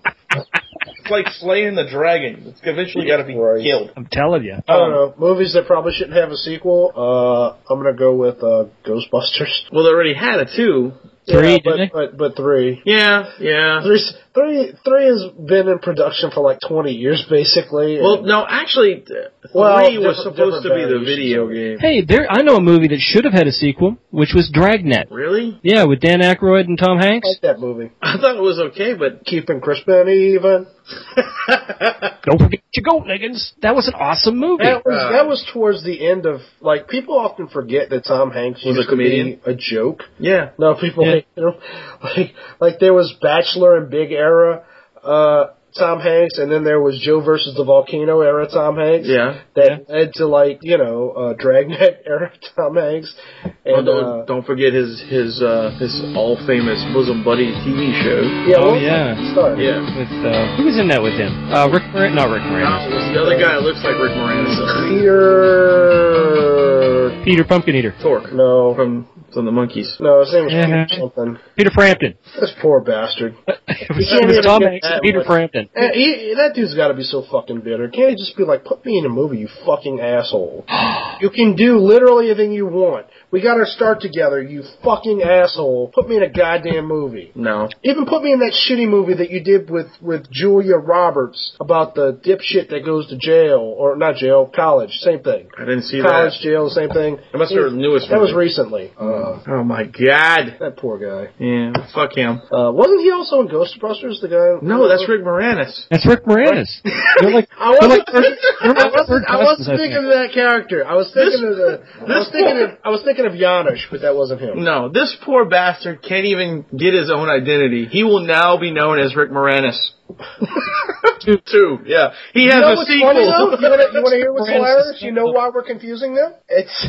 D: it's like slaying the dragon. It's eventually gotta be
E: Right.
D: killed.
F: I'm telling you.
E: I
D: Um,
E: don't know. Movies that probably shouldn't have a sequel. Uh, I'm gonna go with uh, Ghostbusters.
D: Well, they already had a two.
F: Three,
E: yeah,
F: didn't they?
E: but, but but three.
D: Yeah, yeah.
E: There's three. Three has been in production for like 20 years, basically.
D: Well,
E: and-
D: no, actually, th-
E: Well,
D: three was
E: different-
D: supposed to be
E: different
D: the
E: variations
D: video
E: of
D: game.
F: Hey, there I know a movie that should have had a sequel, which was Dragnet.
D: Really?
F: Yeah, with Dan Aykroyd and Tom
E: I
F: Hanks.
E: like that movie.
D: I thought it was okay, but
E: Keeping crisp and even.
F: Don't forget your goat leggings. That was an awesome movie.
E: That was
D: Uh,
E: that was towards the end of like people often forget that Tom Hanks
D: Was a
E: used to be
D: comedian?
E: a joke.
D: yeah.
E: No, people
F: Yeah.
E: hate him. Like like there was Bachelor and Big Era uh Tom Hanks and then there was Joe versus the Volcano era Tom Hanks.
D: Yeah.
E: That led to like, you know, uh Dragnet era Tom Hanks.
D: Well,
E: And
D: don't,
E: uh,
D: don't forget his his uh, his all famous bosom buddy TV show.
E: yeah,
F: Oh,
E: what was
F: yeah.
E: that? Sorry.
D: Yeah.
F: With uh, who was in that with him? Uh, Rick Moran? Not Rick Moran.
D: Uh, what's the other guy that looks like Rick Moranis?
E: Peter
F: Peter Pumpkin Eater.
D: Torque
E: No.
D: from from the Monkeys.
E: No, his name was
F: Yeah.
E: Peter something.
F: Peter Frampton.
E: This poor bastard.
F: it was,
E: can't
F: it was
E: even
F: Tom
E: get
F: Hanks
E: that
F: and Peter
E: one.
F: Frampton.
E: Eh, he, that dude's got to be so fucking bitter. Can't he just be like, put me in a movie, you fucking asshole? you can do literally anything you want. We got our start together, you fucking asshole. Put me in a goddamn movie.
D: No.
E: Even put me in that shitty movie that you did with with Julia Roberts about the dipshit that goes to jail or not jail, college, same thing.
D: I didn't see
E: College,
D: that.
E: jail, same thing.
D: That must be her newest
E: That was
D: movie.
E: recently. Uh,
D: Oh my god.
E: that poor guy.
D: Yeah, fuck him.
E: Uh, wasn't he also in Ghostbusters? The guy?
D: No, that's Rick Moranis.
F: That's Rick Moranis. They're like,
E: I
F: they're
E: wasn't,
F: like third-
E: I
F: they're like third
E: wasn't, I wasn't
F: cousins, I think.
E: thinking of that character. I was thinking of the. I was thinking of. I was thinking of Janusz, but that wasn't him.
D: No, this poor bastard can't even get his own identity. He will now be known as Rick Moranis. Two, two, yeah. He has
E: You know
D: a
E: what's
D: sequel.
E: funny though? You want to you wanna hear what's
F: Moranis is
E: hilarious?
F: so
E: You know
F: funny.
E: why we're confusing them? It's.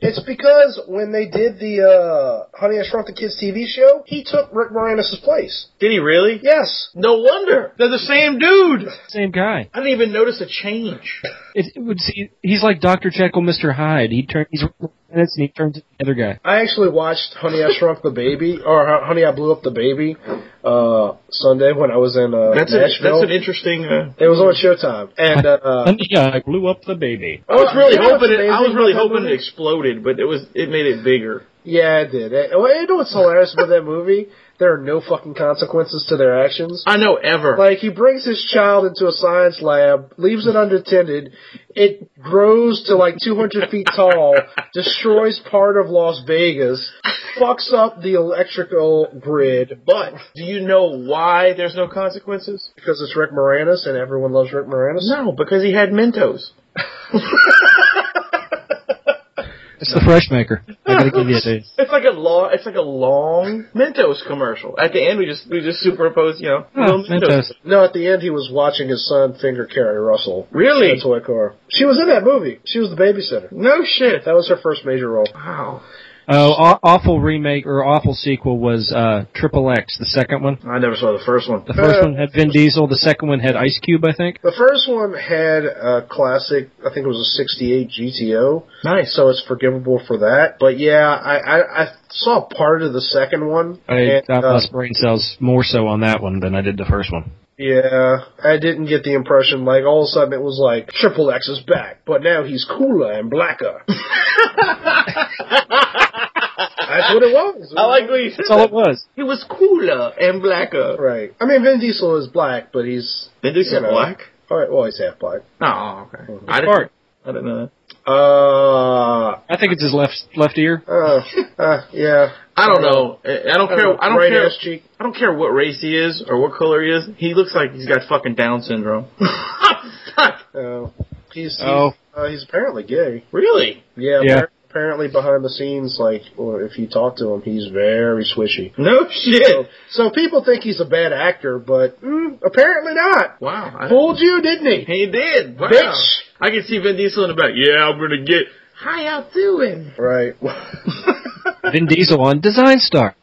E: It's because when they did the uh, Honey I Shrunk the Kids TV show, he took Rick Moranis' place.
D: Did he really?
E: Yes.
D: No wonder. They're the same dude.
F: Same guy.
D: I didn't even notice a change.
F: It, it would see, he's like Dr. Jekyll, Mr. Hyde. He turns, he's Rick Moranis and he turns into the other guy.
E: I actually watched Honey I Shrunk the Baby, or Hon- Honey I Blew Up the Baby, uh, Sunday when I was in uh,
D: That's, a, that's
E: Nashville.
D: an interesting. Uh,
E: it was on Showtime. And uh,
F: And yeah, I blew up the baby.
D: I was really
E: You know what's
D: hoping. It, I
E: amazing
D: was really
E: about that
D: hoping it
E: movie?
D: exploded, but it was. It made it bigger.
E: Yeah, it did. Eh, Well, you know what's hilarious about that movie? There are no fucking consequences to their actions.
D: I know. Ever.
E: Like he brings his child into a science lab, leaves it unattended. It grows to like 200 feet tall, destroys part of Las Vegas, fucks up the electrical grid.
D: but do you know why there's no consequences?
E: because it's Rick Moranis and everyone loves Rick Moranis.
D: No, because he had Mentos.
F: It's the fresh maker. I gotta give you a
D: It's like a long, it's like a long Mentos commercial. At the end, we just we just superimpose, you know,
F: Oh,
D: little Mentos.
F: Mentos.
E: No, at the end he was watching his son finger Carrie Russell.
D: Really?
E: In a toy car. She was in that movie. She was the babysitter.
D: No shit.
E: That was her first major role.
D: Wow.
F: Oh, aw- awful remake or awful sequel was uh, Triple X, the second one.
E: I never saw the first one.
F: The first
E: Uh,
F: one had Vin Diesel. The second one had Ice Cube, I think.
E: The first one had a classic, I think it was a 68 GTO. Nice. So it's forgivable for that. But yeah, I, I, I saw part of the second one.
F: I,
E: and,
F: I
E: uh,
F: lost brain cells more so on that one than I did the first one.
E: yeah, I didn't get the impression, like, all of a sudden it was like, Triple X is back, but now he's cooler and blacker. That's what it was.
D: I like what you said.
F: That's all it was.
D: He was cooler and blacker.
E: Right. I mean, Vin Diesel is black, but he's.
D: Did they say
E: you know,
D: black?
E: All right, well, he's half black.
D: Oh, okay. I didn't.
F: Bart,
D: I didn't know that.
E: Uh,
F: I think it's his left left ear.
E: uh, uh, yeah.
D: I don't know. I I don't care. I don't
E: right
D: care.
E: ass cheek.
D: I don't care what race he is or what color he is. He looks like he's got fucking Down syndrome.
E: Oh, he's he's,
F: Oh.
E: uh, he's apparently gay.
D: really?
E: Yeah,
F: Yeah.
E: appar- apparently behind the scenes, like or if you talk to him, he's very swishy.
D: No shit.
E: So people think he's a bad actor, but mm, apparently not.
D: Wow. I-
E: Fooled you, didn't he?
D: He did. Wow.
E: Bitch.
D: I can see Vin Diesel in the back. Yeah, I'm gonna get. How y'all doing?
E: Right.
F: Vin Diesel on Design Stars.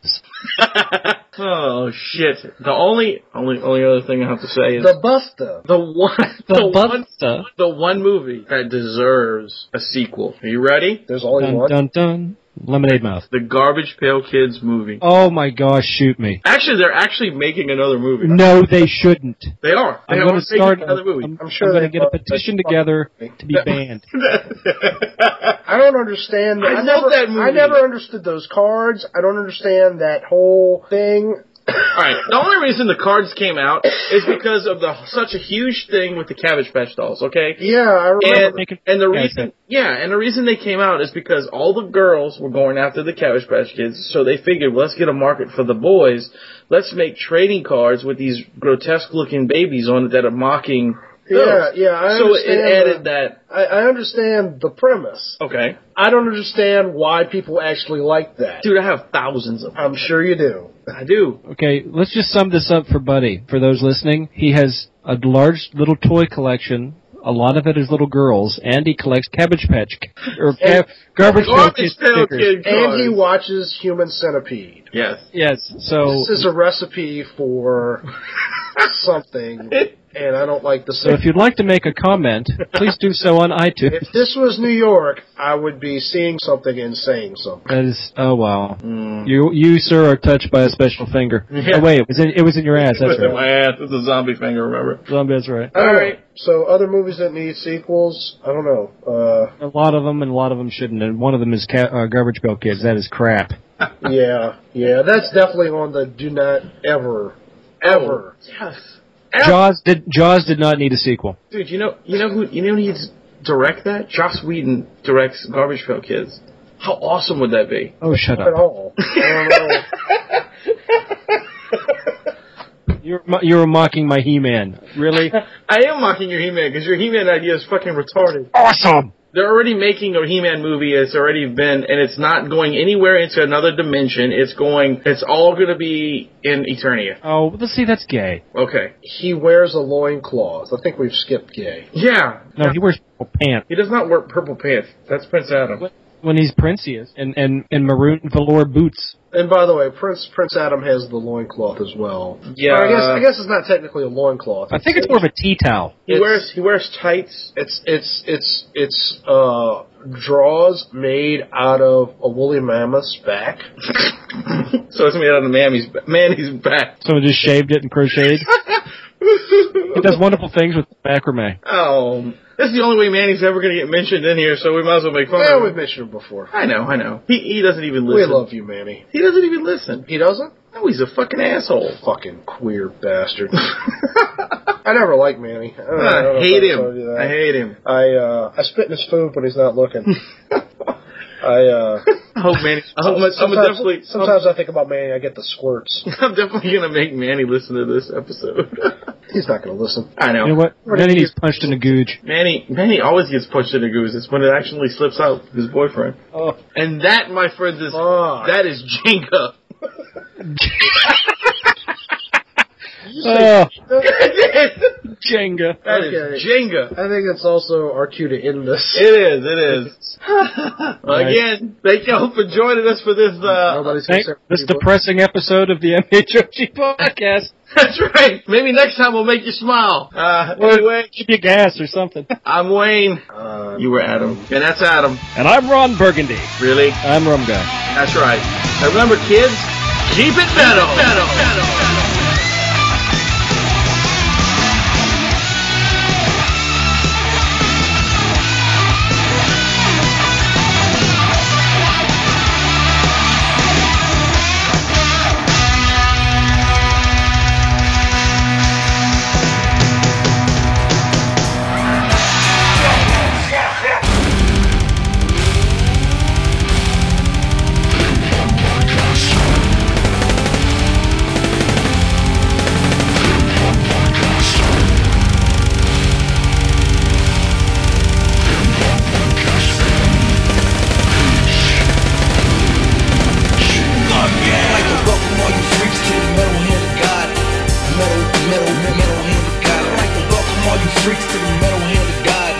D: oh shit. The only, only, only other thing I have to say is
E: the Buster.
D: the one, the,
F: The
D: one,
F: Busta.
D: the one movie that deserves a sequel. Are you ready?
E: There's only
F: Dun
E: one.
F: dun dun. Lemonade Mouth.
D: The Garbage Pail Kids movie.
F: Oh my gosh, shoot me.
D: Actually, they're actually making another movie.
F: No, they shouldn't.
D: They are. They
F: I'm
D: are
F: going to
D: making
F: start.
D: another movie.
F: I'm,
E: I'm sure
F: I'm going to
E: they
F: get a
E: fuck- they
F: petition
E: fuck-
F: together to be banned.
E: I don't understand.
D: I love
E: That. never,
D: that movie.
E: I never understood those cards. I don't understand that whole thing.
D: All right. The only reason the cards came out is because of the such a huge thing with the Cabbage Patch Dolls. Okay.
E: Yeah, I remember.
D: and, and the
F: Yeah,
D: reason,
F: okay.
D: yeah, and the reason they came out is because all the girls were going after the Cabbage Patch Kids, so they figured, well, let's get a market for the boys. Let's make trading cards with these grotesque-looking babies on it that are mocking.
E: yeah,
D: girls.
E: yeah, I
D: oh. so it
E: understand.
D: added
E: the-
D: that.
E: I, I understand the premise.
D: Okay,
E: I don't understand why people actually like that.
D: dude, I have thousands of. Them.
E: I'm sure you do.
D: I do.
F: Okay, let's just sum this up for Buddy. For those listening, he has a large little toy collection. A lot of it is little girls, and he collects Cabbage Patch or ca- garbage, patch
D: Garbage
F: Kids
D: Pail
F: stickers.
D: Kid
E: And he
D: cards.
E: watches Human Centipede.
D: Yes.
F: Yes, so
E: This is a recipe for something, and I don't like the
F: so if
E: same.
F: you'd like to make a comment, please do so on iTunes.
E: If this was New York, I would be seeing something and saying something.
F: That is, oh wow, you you sir are touched by a special finger. Oh wait, it was in, it was in your ass. That's right.
D: My ass, it's a zombie finger. Remember?
F: That's right.
E: All
D: right.
E: So other movies that need sequels, I don't know. Uh,
F: A lot of them, and a lot of them shouldn't. And one of them is ca- uh, Garbage Pail Kids. That is crap.
E: yeah, yeah, that's definitely on the do not ever, ever.
D: Yes.
F: Jaws did Jaws did not need a sequel.
D: Dude, you know, you know who, you know who needs to direct that? Joss Whedon directs Garbage Pail Kids. How awesome would that be?
F: Oh, shut
E: at
F: up!
E: all. I don't know.
F: You're mo- you're mocking my He-Man. Really?
D: I am mocking your He-Man because your He-Man idea is fucking retarded.
F: awesome.
D: They're already making a He-Man movie. It's already been, and it's not going anywhere into another dimension. It's going. It's all going to be in Eternia.
F: Oh, let's see. That's gay.
D: Okay.
E: he wears a loincloth. I think we've skipped gay.
D: Yeah.
F: No, he wears purple pants
D: He does not wear purple pants. That's Prince Adam.
F: when he's Prince. He is, and and and maroon velour boots.
E: And by the way, Prince Prince Adam has the loincloth as well.
D: Yeah.
E: Or I guess I guess it's not technically a loincloth.
F: I think it's more of a tea towel.
D: he
E: it's-
D: wears he wears tights.
E: It's it's it's it's uh draws made out of a woolly mammoth's back.
D: so it's made out of Mammy's Manny's back.
F: Someone just shaved it and crocheted. It does wonderful things with macrame.
D: Oh, this is the only way Manny's ever going to get mentioned in here, so we might as well make fun
E: Yeah,
D: of
E: we've
D: him.
E: mentioned him before.
D: I know, I know. He he doesn't even
E: We
D: listen.
E: love you, Manny.
D: he doesn't even listen.
E: He doesn't?
D: No, he's a fucking asshole.
E: Fucking queer bastard. I never liked Manny. I, don't know- I don't know
D: I
E: if
D: hate
E: I told you
D: him.
E: that.
D: I hate him.
E: I uh I spit in his food when he's not looking. I uh
D: I hope Manny. I hope, I'm
E: sometimes,
D: definitely.
E: sometimes I think about Manny, I get the squirts.
D: I'm definitely gonna make Manny listen to this episode.
E: He's not gonna listen.
D: I know.
F: You know what? Then he's punched in a gooch.
D: Manny Manny always gets punched in the goose. It's when it actually slips out with his boyfriend.
F: Oh.
D: And that, my friends, is
E: Fuck.
D: that is Jenga.
F: Oh,
G: Jenga.
D: That is
E: Okay.
D: Jenga.
E: I think that's also our cue to end this.
D: It is. It is. Again, thank y'all for joining us for this. Uh,
E: Nobody's gonna say
G: this
E: people.
G: depressing episode of the MHOG podcast.
D: that's right. Maybe next time we'll make you smile.
E: Ah,
D: Uh, anyway,
G: Give you gas or something.
D: I'm Wayne.
E: Uh,
D: You were Adam, and that's Adam.
G: And I'm Ron Burgundy.
D: Really?
G: I'm Rum Guy.
D: That's right. Now remember, kids, keep it metal. metal. metal.
C: I'd like to welcome all you freaks to the metal hand of God. Metal, metal, metal hand of God. I'd like to welcome all you freaks to the metal hand of God.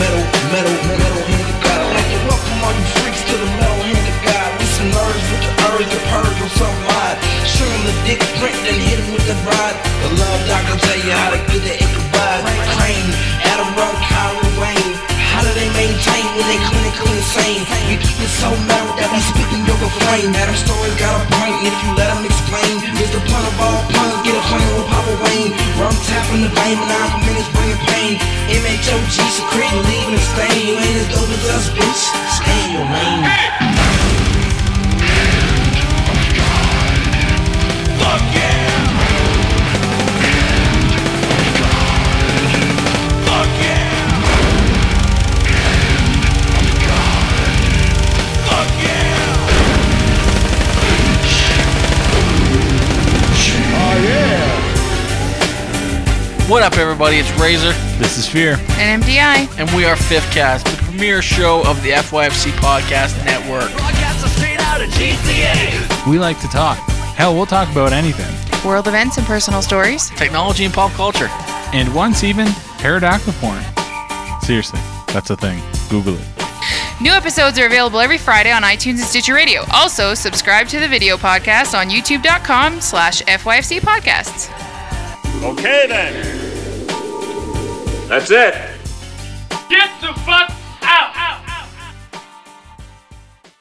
C: Metal, metal, metal hand of God. I'd like to welcome all you freaks to the metal hand of God. We some nerds with the urge to purge on some mind. Shoot 'em the dick, drink, then hit 'em with the rod. The love doctor tell you how to get the Ichabod. Crane, Adam Rowe, Kyrie Wayne. How do they maintain when they clinically insane? We keep it so mellow that we spitting your refrain. Adam Story got a point, and if you let him explain, is the pun of all puns. Get a plan with Papa Wayne. Where I'm tapping the vein, and I'm minutes bringing pain. MHOG secreting, leaving a stain. You ain't as dope as us, bitch. Stay in your lane.
H: What up, everybody? It's Razor,
I: This is Fear.
J: and MDI.
H: and we are Fifth Cast, the premier show of the FYFC Podcast Network.
I: We like to talk. Hell, we'll talk about anything.
J: World events and personal stories.
H: Technology and pop culture.
I: And once even, pterodactyl porn. Seriously, that's a thing. Google it.
J: New episodes are available every Friday on iTunes and Stitcher Radio. Also, subscribe to the video podcast on youtube.com slash FYFC podcasts.
K: Okay then. That's it. Get the fuck